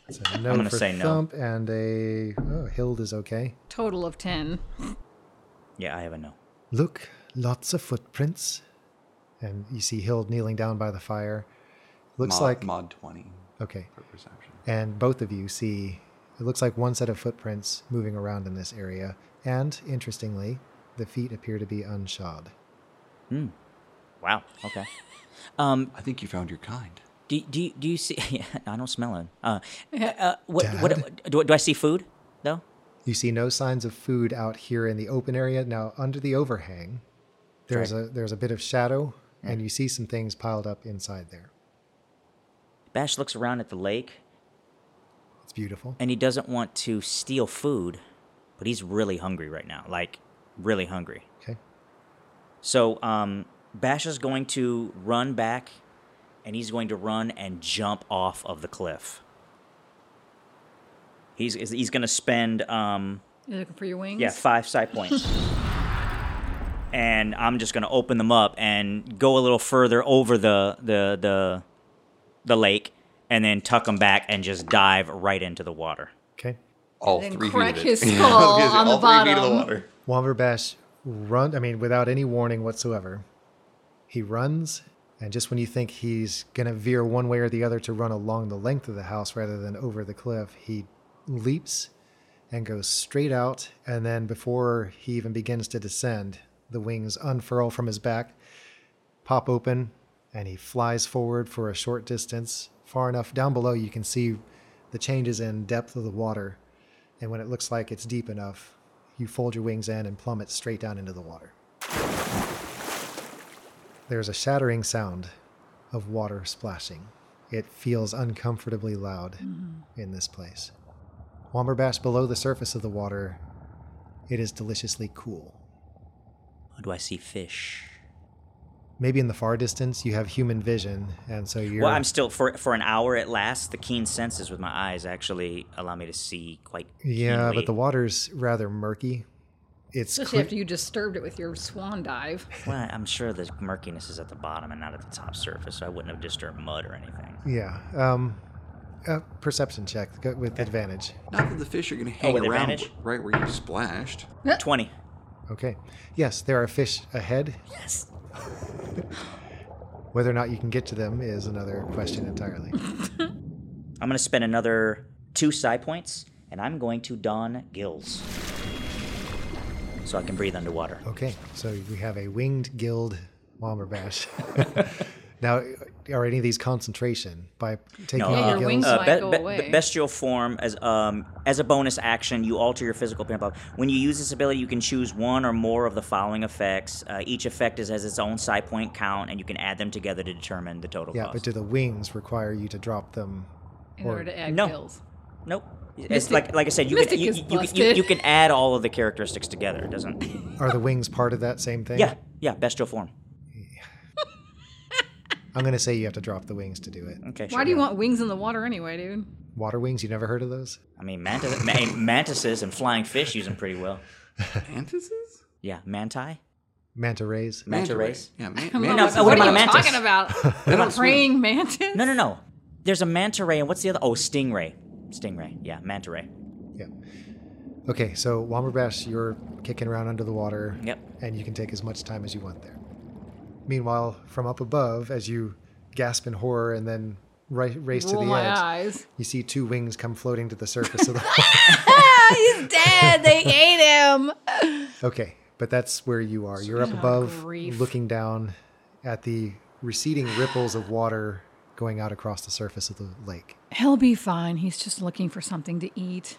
S1: It's a no
S3: gonna
S1: for
S3: say no.
S1: thump and a oh, Hild is okay.
S4: Total of ten.
S3: Yeah, I have a no.
S1: Look, lots of footprints, and you see Hild kneeling down by the fire. Looks
S2: mod,
S1: like
S2: mod twenty
S1: okay.
S2: for perception.
S1: and both of you see It looks like one set of footprints moving around in this area, and interestingly, the feet appear to be unshod.
S3: Hmm. Wow. Okay.
S2: I think you found your kind.
S3: Do, do, do you see? Yeah, I don't smell it. Uh, uh, what, what, do, do I see food, though?
S1: You see no signs of food out here in the open area. Now, under the overhang, there's a there's a bit of shadow, and you see some things piled up inside there.
S3: Bash looks around at the lake
S1: It's beautiful.
S3: and he doesn't want to steal food, but he's really hungry right now. Like, really hungry.
S1: Okay.
S3: So, um, Bash is going to run back and he's going to run and jump off of the cliff. He's, he's going to spend, um,
S4: You're looking for your wings?
S3: yeah, five side points. and I'm just gonna open them up and go a little further over the the the the lake, and then tuck them back and just dive right into the water.
S1: Okay.
S2: All
S4: then
S2: three
S4: crack
S2: feet. of it.
S4: his
S2: Yeah, I was
S4: skull
S2: gonna say,
S4: on the
S2: all three feet of
S4: bottom.
S2: the water.
S1: Womberbash run I mean without any warning whatsoever. He runs and just when you think he's going to veer one way or the other to run along the length of the house rather than over the cliff, he leaps and goes straight out and then before he even begins to descend, the wings unfurl from his back, pop open, and he flies forward for a short distance, far enough down below you can see the changes in depth of the water and when it looks like it's deep enough, you fold your wings in and plummet straight down into the water. There's a shattering sound of water splashing. It feels uncomfortably loud in this place. Womberbash below the surface of the water, it is deliciously cool.
S3: Do I see fish?
S1: Maybe in the far distance you have human vision, and so you're
S3: Well, I'm still for for an hour at last. The keen senses with my eyes actually allow me to see quite.
S1: yeah,
S3: keenly.
S1: but the water's rather murky. It's
S4: Especially
S1: clear-
S4: after you disturbed it with your swan dive.
S3: well, I'm sure the murkiness is at the bottom and not at the top surface, so I wouldn't have disturbed mud or anything.
S1: yeah. Um, uh, perception check go- with advantage.
S2: Not that the fish are going to hang
S3: Oh, with
S2: around
S3: advantage?
S2: right where you splashed.
S3: Twenty.
S1: Okay. Yes, there are fish ahead. Yes. Whether or not you can get to them is another question entirely.
S3: I'm going to spend another two psi points, and I'm going to don gills. So I can breathe underwater.
S1: Okay, so we have a winged gilled womberbash. now, are any of these concentration by taking
S3: No,
S1: the
S4: Yeah, your
S1: gills?
S3: uh,
S4: wings might go away.
S3: bestial form as um as a bonus action, you alter your physical appearance. When you use this ability, you can choose one or more of the following effects. Uh, each effect is has its own psi point count, and you can add them together to determine the total
S1: yeah,
S3: cost.
S1: but do the wings require you to drop them?
S4: in order to add
S3: No.
S4: kills.
S3: nope. It's like like I said, you
S4: Mystic
S3: can you,
S4: is
S3: you, you, you,
S4: busted.
S3: you can add all of the characteristics together. It doesn't.
S1: Are the wings part of that same thing?
S3: Yeah, yeah. Bestial form.
S1: I'm going to say you have to drop the wings to do it.
S3: Okay. Sure.
S4: Why do you want wings in the water anyway, dude?
S1: Water wings, you never heard of those?
S3: I mean, mantis, ma- mantises and flying fish use them pretty well.
S2: Mantises?
S3: Yeah, manti.
S1: Manta rays?
S3: Manta rays.
S2: Yeah, man-
S3: no,
S2: mantises.
S3: what
S4: what
S3: about
S4: are
S3: a
S4: you
S3: mantis?
S4: talking about? a praying mantis?
S3: No, no, no. There's a manta ray, and what's the other? Oh, stingray. Stingray. Yeah, manta ray.
S1: Yeah. Okay, so Womberbash, you're kicking around under the water.
S3: Yep.
S1: And you can take as much time as you want there. Meanwhile, from up above, as you gasp in horror and then ri- race to
S4: Roll
S1: the
S4: my
S1: edge,
S4: eyes.
S1: you see two wings come floating to the surface of the water.
S4: He's dead. They ate him.
S1: Okay, but that's where you are. You're up above,
S4: Oh, grief.
S1: looking down at the receding ripples of water going out across the surface of the lake.
S4: He'll be fine. He's just looking for something to eat.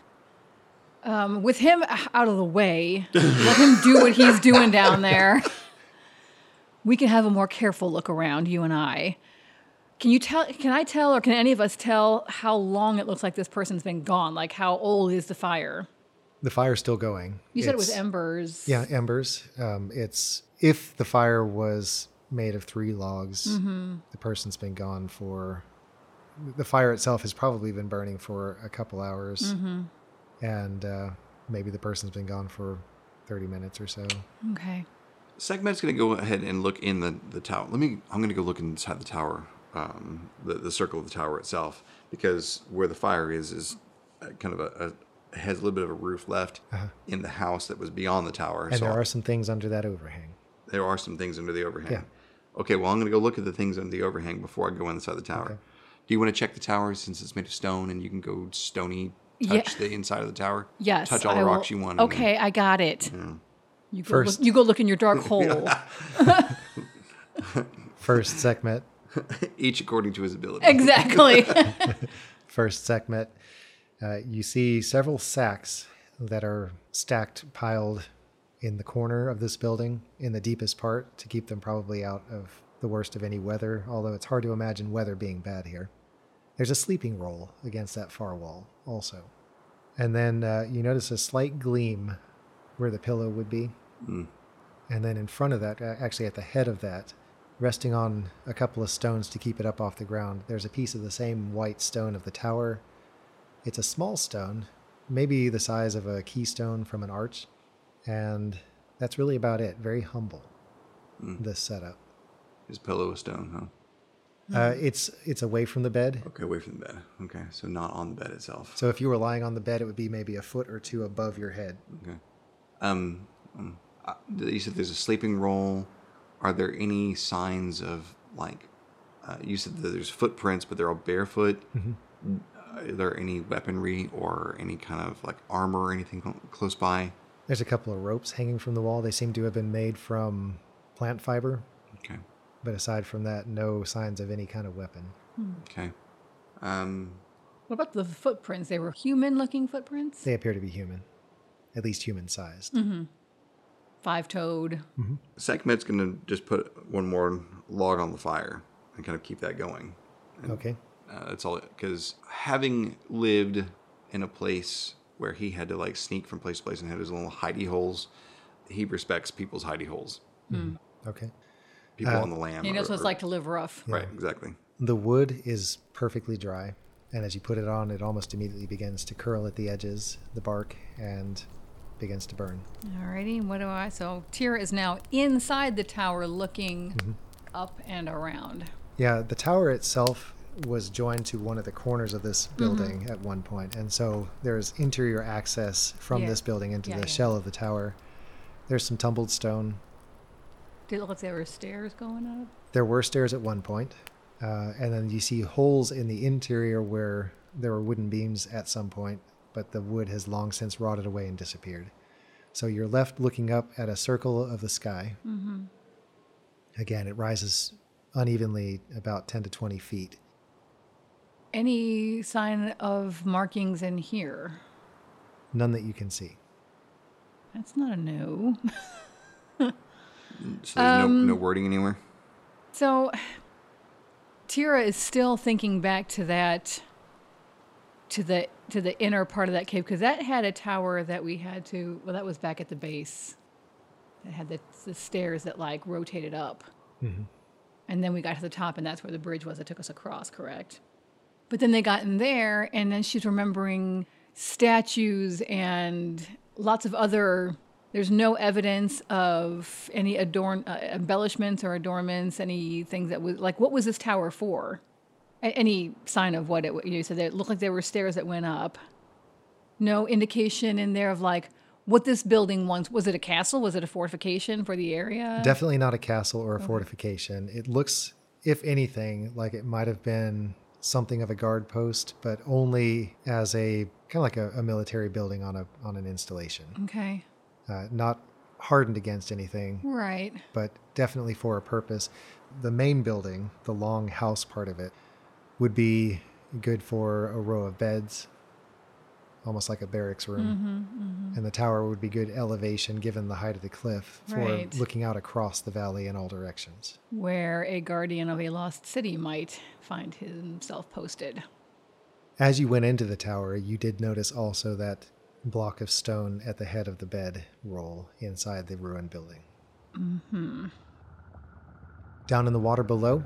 S4: Um, with him out of the way, let him do what he's doing down there. We can have a more careful look around, you and I. Can you tell? Can I tell, or can any of us tell how long it looks like this person's been gone? Like how old is the fire?
S1: The fire's still going.
S4: You said it was
S1: It's-
S4: embers.
S1: Yeah, embers. Um, it's if the fire was made of three logs, the person's been gone for. The fire itself has probably been burning for a couple hours, and uh, maybe the person's been gone for thirty minutes or so.
S4: Okay.
S2: Segment's going to go ahead and look in the, the tower. Let me. I'm going to go look inside the tower, um, the the circle of the tower itself, because where the fire is is uh, kind of a, a has a little bit of a roof left in the house that was beyond the tower.
S1: Uh-huh. And
S2: so
S1: there are some things under that overhang.
S2: there are some things under the overhang.
S1: Yeah.
S2: Okay. Well, I'm going to go look at the things under the overhang before I go inside the tower. Do you want to check the tower since it's made of stone and you can go stony
S4: Yeah.
S2: touch the inside of the tower.
S4: Yes.
S2: Touch all
S4: I
S2: the rocks
S4: will-
S2: you want. and then-
S4: Okay, I got it. You, go
S1: First-
S4: Look, you go look in your dark hole.
S1: First Sekhmet.
S2: Each according to his ability.
S4: exactly.
S1: first segment, uh, you see several sacks that are stacked, piled in the corner of this building in the deepest part to keep them probably out of the worst of any weather, although it's hard to imagine weather being bad here. There's a sleeping roll against that far wall also. And then uh, you notice a slight gleam where the pillow would be. And then in front of that, uh, actually at the head of that, resting on a couple of stones to keep it up off the ground, there's a piece of the same white stone of the tower. It's a small stone, maybe the size of a keystone from an arch. And that's really about it. Very humble, this setup.
S2: His pillow is stone, huh?
S1: Uh, it's, it's away from the bed.
S2: Okay, away from the bed. Okay, so not on the bed itself.
S1: So if you were lying on the bed, it would be maybe a foot or two above your head.
S2: Okay. Um, um, uh, you said there's a sleeping roll. Are there any signs of like? Uh, you said that there's footprints, but they're all barefoot. Uh, are there any weaponry or any kind of like armor or anything cl- close by?
S1: There's a couple of ropes hanging from the wall. They seem to have been made from plant fiber,
S2: Okay.
S1: but aside from that, no signs of any kind of weapon.
S2: Okay. Um,
S4: what about the footprints? They were human looking footprints?
S1: They appear to be human, at least human sized.
S4: Mm-hmm. Five toed.
S2: Sekhmet's gonna just put one more log on the fire and kind of keep that going.
S1: Okay.
S2: Uh, that's all. Because having lived in a place where he had to like sneak from place to place and had his little hidey holes, he respects people's hidey holes.
S1: Okay.
S3: Uh,
S2: People on the land.
S4: He knows
S2: are-
S4: what it's like to live rough.
S2: Right. Exactly.
S1: The wood is perfectly dry, and as you put it on, it almost immediately begins to curl at the edges, the bark, and begins to burn.
S4: Alrighty, what do I? So Tira is now inside the tower looking up and around.
S1: Yeah, the tower itself was joined to one of the corners of this
S4: Mm-hmm.
S1: building at one point, and so there's interior access from
S4: Yeah.
S1: this building into
S4: Yeah,
S1: the
S4: yeah.
S1: shell of the tower. There's some tumbled stone.
S4: Did it look like there were stairs going up?
S1: There were stairs at one point, uh, and then you see holes in the interior where there were wooden beams at some point, but the wood has long since rotted away and disappeared. So you're left looking up at a circle of the sky. Again, it rises unevenly about 10 to 20 feet.
S4: Any sign of markings in here?
S1: None that you can see.
S4: That's not a no.
S2: So there's
S4: Um,
S2: no, no wording anywhere.
S4: So, Tira is still thinking back to that, to the to the inner part of that cave because that had a tower that we had to. Well, that was back at the base. That had the, the stairs that like rotated up, and then we got to the top, and that's where the bridge was that took us across. Correct. But then they got in there, and then she's remembering statues and lots of other. There's no evidence of any adorn uh, embellishments or adornments, any things that was like. What was this tower for? A- any sign of what it? wa- You said that it looked like there were stairs that went up. No indication in there of like what this building once was. It a castle? Was it a fortification for the area?
S1: Definitely not a castle or a fortification. It looks, if anything, like it might have been something of a guard post, but only as a kind of like a, a military building on a on an installation.
S4: okay,
S1: Uh, not hardened against anything,
S4: right.
S1: but definitely for a purpose. The main building, the long house part of it, would be good for a row of beds, almost like a barracks room. And the tower would be good elevation given the height of the cliff for
S4: Right.
S1: looking out across the valley in all directions.
S4: where a guardian of a lost city might find himself posted.
S1: As you went into the tower, you did notice also that block of stone at the head of the bed roll inside the ruined building. Mm-hmm. Down in the water below,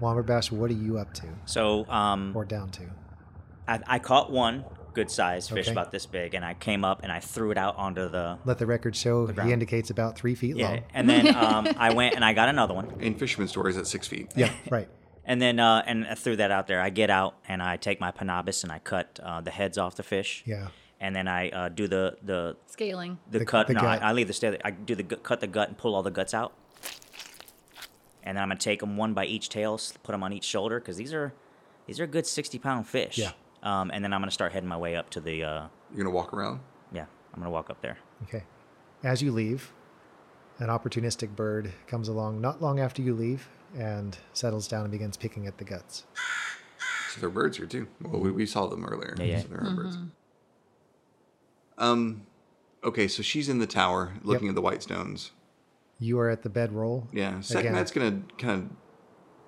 S1: Wamberbash, what are you up to
S3: So, um,
S1: or down to?
S3: I, I caught one good sized fish
S1: Okay.
S3: about this big, and I came up and I threw it out onto the.
S1: Let the record show he
S3: ground.
S1: indicates about three feet
S3: Yeah,
S1: long.
S3: and then um, I went and I got another one,
S2: In fisherman's stories, at six feet.
S1: Yeah, right.
S3: and then uh, and I threw that out there. I get out and I take my panabis and I cut uh, the heads off the fish.
S1: Yeah.
S3: and then I uh, do the the
S4: Scaling.
S3: the,
S1: The-
S3: cut.
S1: the
S3: no, I,
S1: gut.
S3: I leave the stay. I do the gut, cut the gut and pull all the guts out, and then I'm gonna take them one by each tail, s- put them on each shoulder because these are these are good sixty pound fish.
S1: Yeah.
S3: um, and then I'm gonna start heading my way up to the. Uh,
S2: You're gonna walk around.
S3: yeah, I'm gonna walk up there.
S1: Okay. As you leave, an opportunistic bird comes along not long after you leave and settles down and begins picking at the guts.
S2: So there are birds here too. Well, we, we saw them earlier.
S3: yeah.
S2: So there are birds.
S4: Mm-hmm.
S2: Um, okay, so she's in the tower looking at the white stones.
S1: You are at the bedroll.
S2: Yeah,
S1: Again.
S2: Sekhmet's gonna kind of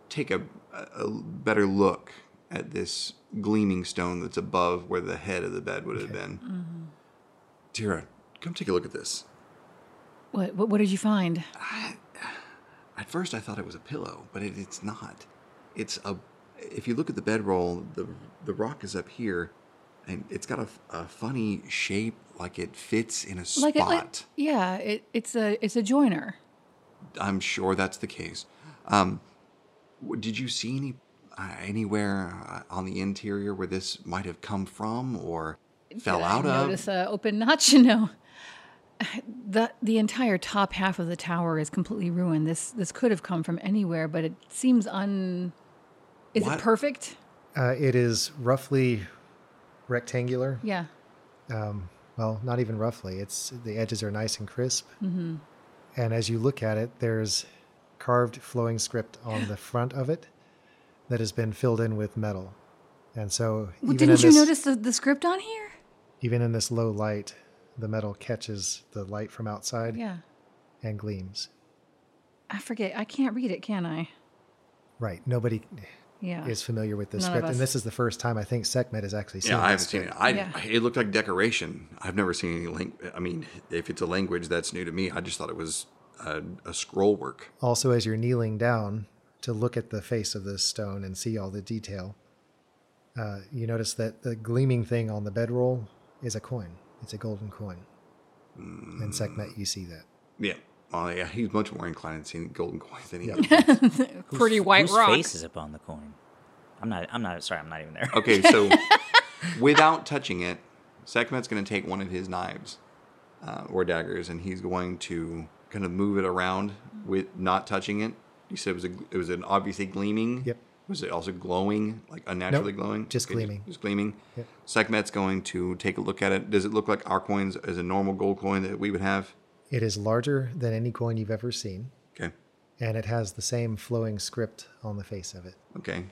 S2: take a, a a better look at this gleaming stone that's above where the head of the bed would have been.
S7: Tira, come take a look at this.
S4: What, what, what did you find?
S2: At first, I thought it was a pillow, but it, it's not. It's a. If you look at the bedroll, the the rock is up here, and it's got a, a funny shape, like it fits in a spot.
S4: Like, it, like yeah, it, it's a it's a joiner.
S2: I'm sure that's the case. Um, w- did you see any uh, anywhere uh, on the interior where this might have come from or fell
S4: Did I
S2: out of?
S4: Notice a open notch. No, the the entire top half of the tower is completely ruined. This this could have come from anywhere, but it seems un. Is
S2: What?
S4: it perfect?
S1: Uh, it is roughly rectangular.
S4: Yeah.
S1: Well, not even roughly. It's the edges are nice and crisp. Mm-hmm. And as you look at it, there's carved flowing script on the front of it that has been filled in with metal. And so,
S4: Well,
S1: even
S4: didn't
S1: in
S4: you
S1: this,
S4: notice the, the script on here?
S1: even in this low light, the metal catches the light from outside
S4: Yeah.
S1: and gleams.
S4: I forget. I can't read it, can I?
S1: Right. Nobody
S4: Yeah.
S1: is familiar with this
S4: None of
S1: script, and
S4: us.
S1: this is the first time I think Sekhmet has actually seen.
S2: yeah, I haven't
S1: this
S2: seen it.
S1: script.
S2: I,
S4: Yeah.
S2: It looked like decoration. I've never seen any link. I mean, if it's a language that's new to me, I just thought it was a, a scroll work.
S1: Also, as you're kneeling down to look at the face of this stone and see all the detail, uh, you notice that the gleaming thing on the bedroll is a coin. It's a golden coin. And Sekhmet, you see that.
S2: Yeah. Well, Uh, yeah, he's much more inclined to seeing golden coins than he
S1: Yeah.
S2: is.
S4: Pretty white
S3: Whose
S4: rock.
S3: face is upon the coin? I'm not. I'm not. Sorry, I'm not even there.
S2: Okay, so without touching it, Sekhmet's going to take one of his knives uh, or daggers, and he's going to kind of move it around with not touching it. You said it was a, it was an obviously gleaming.
S1: Yep.
S2: Was it also glowing, like unnaturally
S1: Nope,
S2: glowing?
S1: just
S2: just-
S1: gleaming.
S2: Just, gleaming. Sekhmet's going to take a look at it. Does it look like our coins is a normal gold coin that we would have?
S1: It is larger than any coin you've ever seen,
S2: Okay.
S1: and it has the same flowing script on the face of it.
S2: Okay.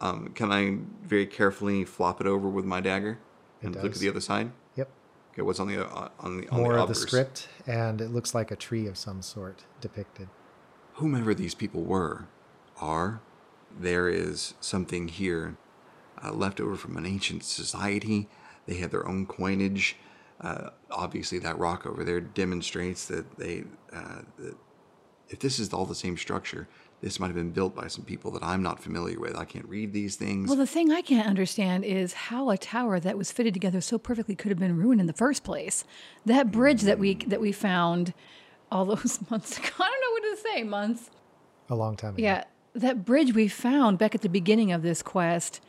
S2: Um, can I very carefully flop it over with my dagger and look at
S1: does.
S2: the other side?
S1: Yep.
S2: Okay, what's on the uh, on the on
S1: More
S2: the
S1: of the
S2: uppers?
S1: script, and it looks like a tree of some sort depicted.
S2: whomever these people were, are, there is something here uh, left over from an ancient society. They had their own coinage. Uh, obviously, that rock over there demonstrates that they, uh, that if this is all the same structure, this might have been built by some people that I'm not familiar with. I can't read these things.
S4: Well, the thing I can't understand is how a tower that was fitted together so perfectly could have been ruined in the first place. That bridge that we that we found all those months ago. I don't know what to say, months.
S1: A long time ago.
S4: Yeah, that bridge we found back at the beginning of this quest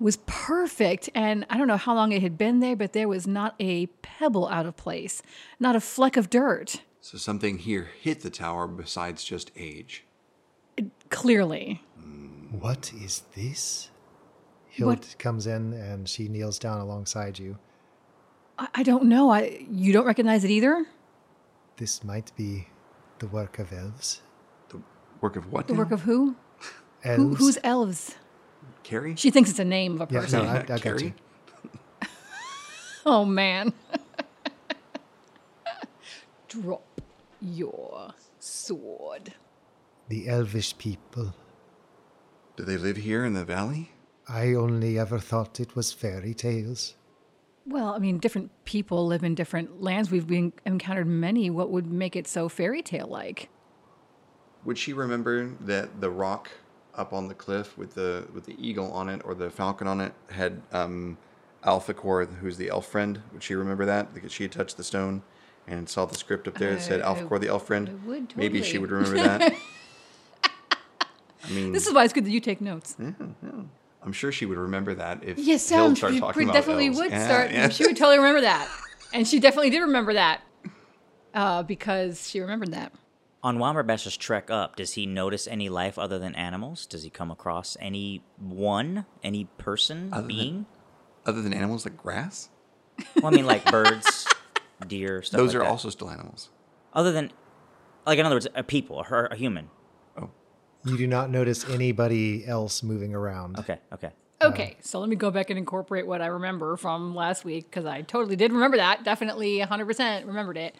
S4: was perfect and I don't know how long it had been there, but there was not a pebble out of place, not a fleck of dirt.
S2: so something here hit the tower besides just age.
S4: Clearly.
S1: What is this? Hild
S4: What-
S1: comes in and she kneels down alongside you.
S4: I, I don't know. I you don't recognize it either?
S1: This might be the work of elves.
S2: The work of what?
S4: The
S2: now?
S4: work of who?
S1: Elves?
S4: who who's elves?
S2: Carrie.
S4: She thinks it's a name of a
S1: Yeah,
S4: person.
S1: no, I, I got you.
S2: Carrie?
S4: Oh man. Drop your sword.
S1: The elvish people.
S2: Do they live here in the valley?
S1: I only ever thought it was fairy tales.
S4: Well, I mean, different people live in different lands. We've been encountered many. What would make it so fairy tale like?
S2: Would she remember that the rock up on the cliff with the with the eagle on it or the falcon on it had um, Alpha Core, who's the elf friend? Would she remember that because she had touched the stone and saw the script up there that said
S4: Uh, I-
S2: Alpha
S4: I-
S2: Core, the elf friend?
S4: I would
S2: Maybe she
S4: totally.
S2: would remember that. I mean,
S4: This is why it's good that you take notes.
S2: Hmm? I'm sure she would remember that if
S4: Yes,
S2: Hild
S4: sounds
S2: started
S4: we
S2: talking
S4: we
S2: about
S4: definitely
S2: elves.
S4: would
S2: Yeah,
S4: start.
S2: yeah.
S4: She would totally remember that, and she definitely did remember that uh, because she remembered that.
S3: On Wammerbash's trek up, does he notice any life other than animals? Does he come across any one, any person, being?
S2: other than animals like grass?
S3: Well, I mean, like birds, deer, stuff
S2: Those
S3: like
S2: are
S3: that.
S2: also still animals.
S3: Other than, like, in other words, a people, a, her- a human.
S1: You do not notice anybody else moving around.
S3: Okay, okay.
S4: Okay, so let me go back and incorporate what I remember from last week because I totally did remember that. Definitely 100% remembered it.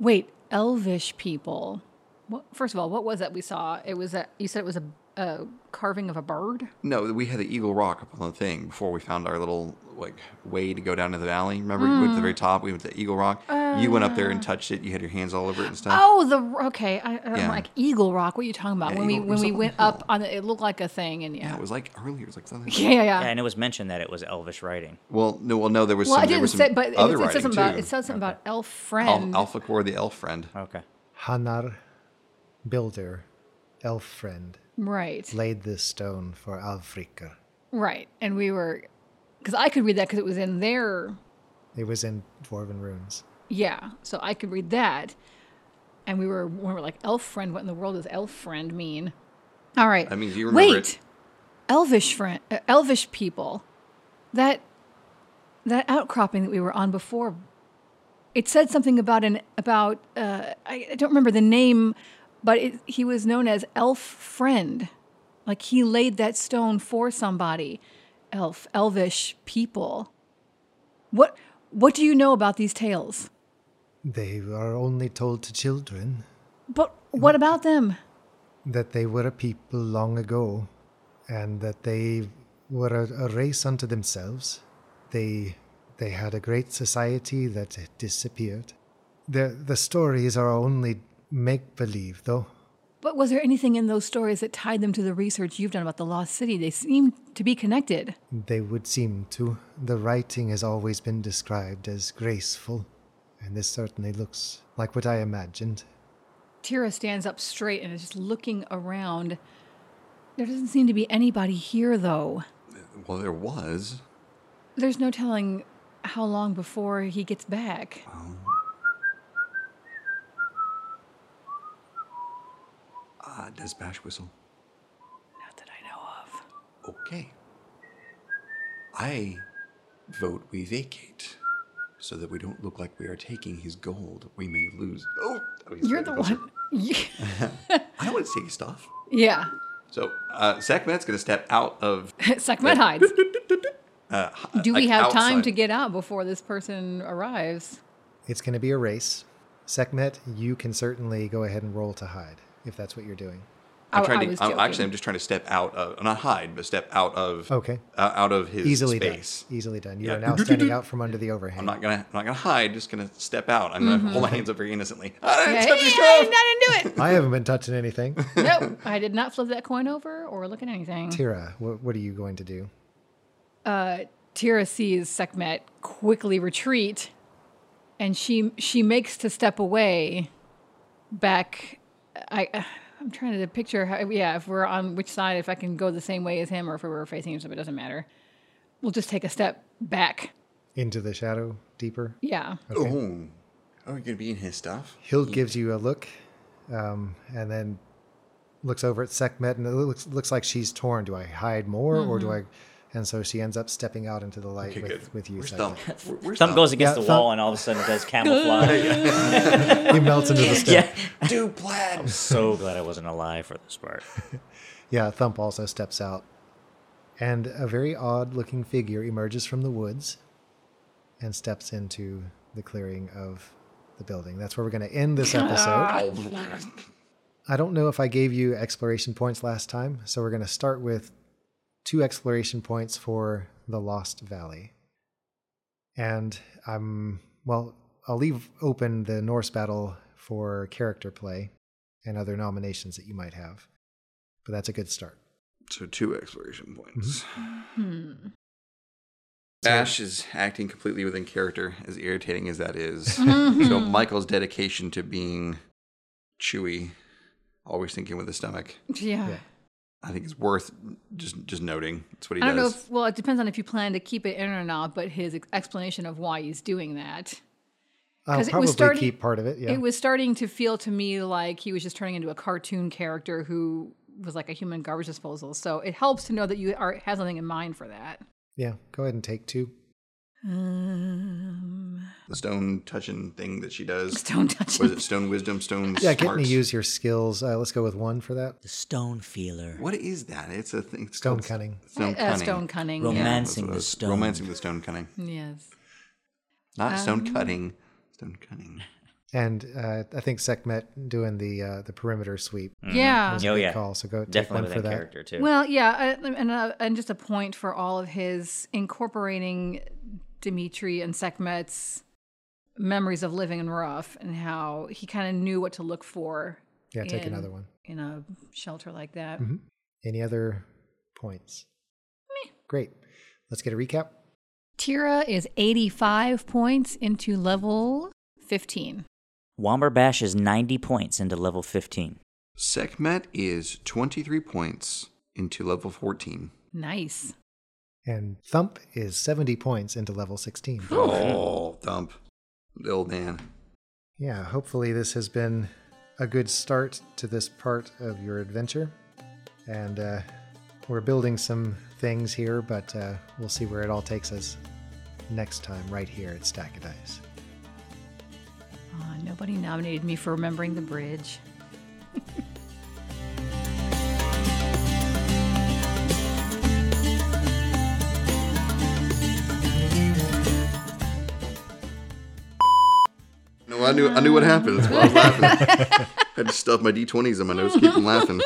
S4: Wait, elvish people. What, first of all, what was that we saw? It was a, you said it was a, a carving of a bird?
S2: No, we had the Eagle Rock up on the thing before we found our little like way to go down to the valley. Remember, we went to the
S4: Mm.
S2: very top. We went to the Eagle Rock. you went up there and touched it. You had your hands all over it and stuff.
S4: Uh. Oh, the okay. I, I'm
S2: Yeah.
S4: like Eagle Rock. What are you talking about?
S2: Yeah,
S4: when
S2: Eagle-
S4: we when we
S2: something
S4: went
S2: like
S4: up on the, it looked like a thing, and
S2: Yeah,
S4: yeah,
S2: it was like earlier. It was like something.
S4: yeah, yeah. yeah.
S3: Yeah, and it was mentioned that it was elvish writing.
S2: Well, no, well, no, there was.
S4: well,
S2: some,
S4: I
S2: there
S4: didn't
S2: was some
S4: say, but it,
S2: other
S4: it says
S2: writing,
S4: something about
S2: too.
S4: it says something about elf
S2: Al-
S4: friend.
S2: Alpha Core, the elf friend.
S3: Okay.
S1: Hanar, builder, elf friend,
S4: right,
S1: laid this stone for Alfrikr.
S4: right, and we were because I could read that because it was in their
S1: It was in Dwarven runes.
S4: yeah, so I could read that, and we were we were like elf friend. What in the world does elf friend mean? All right,
S2: That means you
S4: wait,
S2: remember it.
S4: elvish friend, uh, elvish people, that that outcropping that we were on before it said something about an about uh, I, I don't remember the name, but it, he was known as Elf Friend, like he laid that stone for somebody, elf, elvish people. What what do you know about these tales?
S1: They are only told to children
S4: But what about them?
S1: that they were a people long ago and that they were a, a race unto themselves. They, they had a great society that disappeared. The, the stories are only make believe, though.
S4: But was there anything in those stories that tied them to the research you've done about the lost city? They seem to be connected.
S1: They would seem to. The writing has always been described as graceful, and this certainly looks like what I imagined.
S4: Tira stands up straight and is just looking around. There doesn't seem to be anybody here, though.
S2: Well, there was.
S4: There's no telling how long before he gets back.
S2: Ah, it does Bash whistle?
S4: Not that I know of.
S2: Okay. I vote we vacate so that we don't look like we are taking his gold. We may lose. Oh, oh, he's
S4: You're
S2: getting
S4: the
S2: closer.
S4: one. You-
S2: I don't want to take his stuff.
S4: yeah.
S2: So, uh, Sekhmet's going to step out of.
S4: Sekhmet hides. Do we
S2: Uh, like,
S4: have time
S2: outside.
S4: to get out before this person arrives?
S1: It's going to be a race. Sekhmet, you can certainly go ahead and roll to hide if that's what you're doing.
S2: I'm
S4: Oh,
S2: trying
S4: I
S2: to.
S4: was
S2: I'm, actually,
S4: joking.
S2: I'm just trying to step out of, not hide, but step out of.
S1: Okay.
S2: Uh, out of his
S1: Easily
S2: space.
S1: done. Easily done. You
S2: Yeah.
S1: are now standing out from under the overhang.
S2: I'm not gonna. I'm not gonna hide. Just gonna step out. I'm gonna
S4: Mm-hmm.
S2: hold my hands up very innocently. Ah, I didn't
S4: Yeah,
S2: touch
S4: yeah,
S2: your
S4: I
S2: stuff.
S4: didn't- I didn't do it.
S1: I haven't been touching anything.
S4: no, I did not flip that coin over or look at anything.
S1: Tira, what, what are you going to do?
S4: uh, Tira sees Sekhmet quickly retreat, and she she makes to step away. Back, I I'm trying to picture how yeah if we're on which side if I can go the same way as him or if we were facing him so it doesn't matter. We'll just take a step back.
S1: Into the shadow, deeper.
S4: Yeah,
S2: Oh, oh, you're gonna be in his stuff.
S1: Hill gives you a look, um, and then looks over at Sekhmet, and it looks looks like she's torn. Do I hide more, or do I? And so she ends up stepping out into the light
S2: Okay,
S1: with,
S2: good.
S1: with you.
S2: Where's Thumb?
S1: Sekhmet.
S2: Where- where's
S3: Thumb goes against
S1: Yeah,
S3: the
S1: Thumb-
S3: wall and all of a sudden does camouflage.
S1: He melts into the stone.
S3: yeah.
S1: Yeah.
S2: Do plaid.
S3: So glad I wasn't alive for this part.
S1: Thump also steps out, and a very odd-looking figure emerges from the woods, and steps into the clearing of the building. That's where we're going to end this episode. I don't know if I gave you exploration points last time, so we're going to start with two exploration points for the Lost Valley. And I'm, well, I'll leave open the Norse battle for character play and other nominations that you might have, but that's a good start.
S2: So two exploration points.
S1: Mm-hmm.
S4: Hmm.
S2: Ash is acting completely within character, as irritating as that is.
S4: Mm-hmm.
S2: so Michael's dedication to being chewy, always thinking with his stomach,
S4: yeah.
S1: Yeah.
S2: I think is worth just just noting. That's what he
S4: I don't know
S2: does.
S4: if well it depends on if you plan to keep it in or not, but his ex- explanation of why he's doing that.
S1: I'll
S4: 'Cause it
S1: probably
S4: was starting-
S1: keep part of it. Yeah.
S4: It was starting to feel to me like he was just turning into a cartoon character who was like a human garbage disposal. So it helps to know that you are have something in mind for that.
S1: Yeah, go ahead and take two.
S4: Um,
S2: The stone touching thing that she does.
S4: stone touch.
S2: Was it stone wisdom, stone
S1: Yeah, get me
S2: smarts?
S1: use your skills. Uh, let's go with one for that.
S3: The stone feeler.
S2: What is that? It's a thing. It's
S1: Stone
S2: called
S1: cunning.
S2: Stone
S4: Uh,
S2: cunning.
S4: stone cunning.
S2: Yeah,
S4: yeah.
S2: that's
S3: Romancing
S2: what it
S3: the
S2: was.
S3: stone.
S2: Romancing the stone cunning.
S4: Yes.
S2: Not
S4: Um,
S2: stone cutting. Stone cunning.
S1: And uh, I think Sekhmet doing the uh, the perimeter sweep.
S4: Yeah.
S1: was a
S3: Oh,
S1: good
S3: yeah.
S1: call. So go take
S3: Definitely
S1: one
S3: with
S1: for
S3: that,
S1: that.
S3: character too.
S4: Well, yeah, I- and uh, and just a point for all of his incorporating Dimitri and Sekhmet's memories of living in rough and how he kind of knew what to look for
S1: Yeah, take
S4: in-
S1: another one. Mm-hmm.
S4: in a shelter like that.
S1: Any other points? Great. Let's get a recap.
S4: Tira is 85 points into level 15.
S3: Womber Bash is 90 points into level 15.
S2: Sekhmet is 23 points into level 14.
S4: Nice.
S1: And Thump is 70 points into level 16.
S2: Oh, thump. The old man.
S1: Yeah, hopefully this has been a good start to this part of your adventure. And uh, we're building some things here, but uh, we'll see where it all takes us next time, right here at Stack of Dice.
S4: Aw, Ah, nobody nominated me for remembering the bridge.
S2: No, I knew I knew what happened. That's why I was laughing. I had to stuff my D20s in my nose, keep them laughing.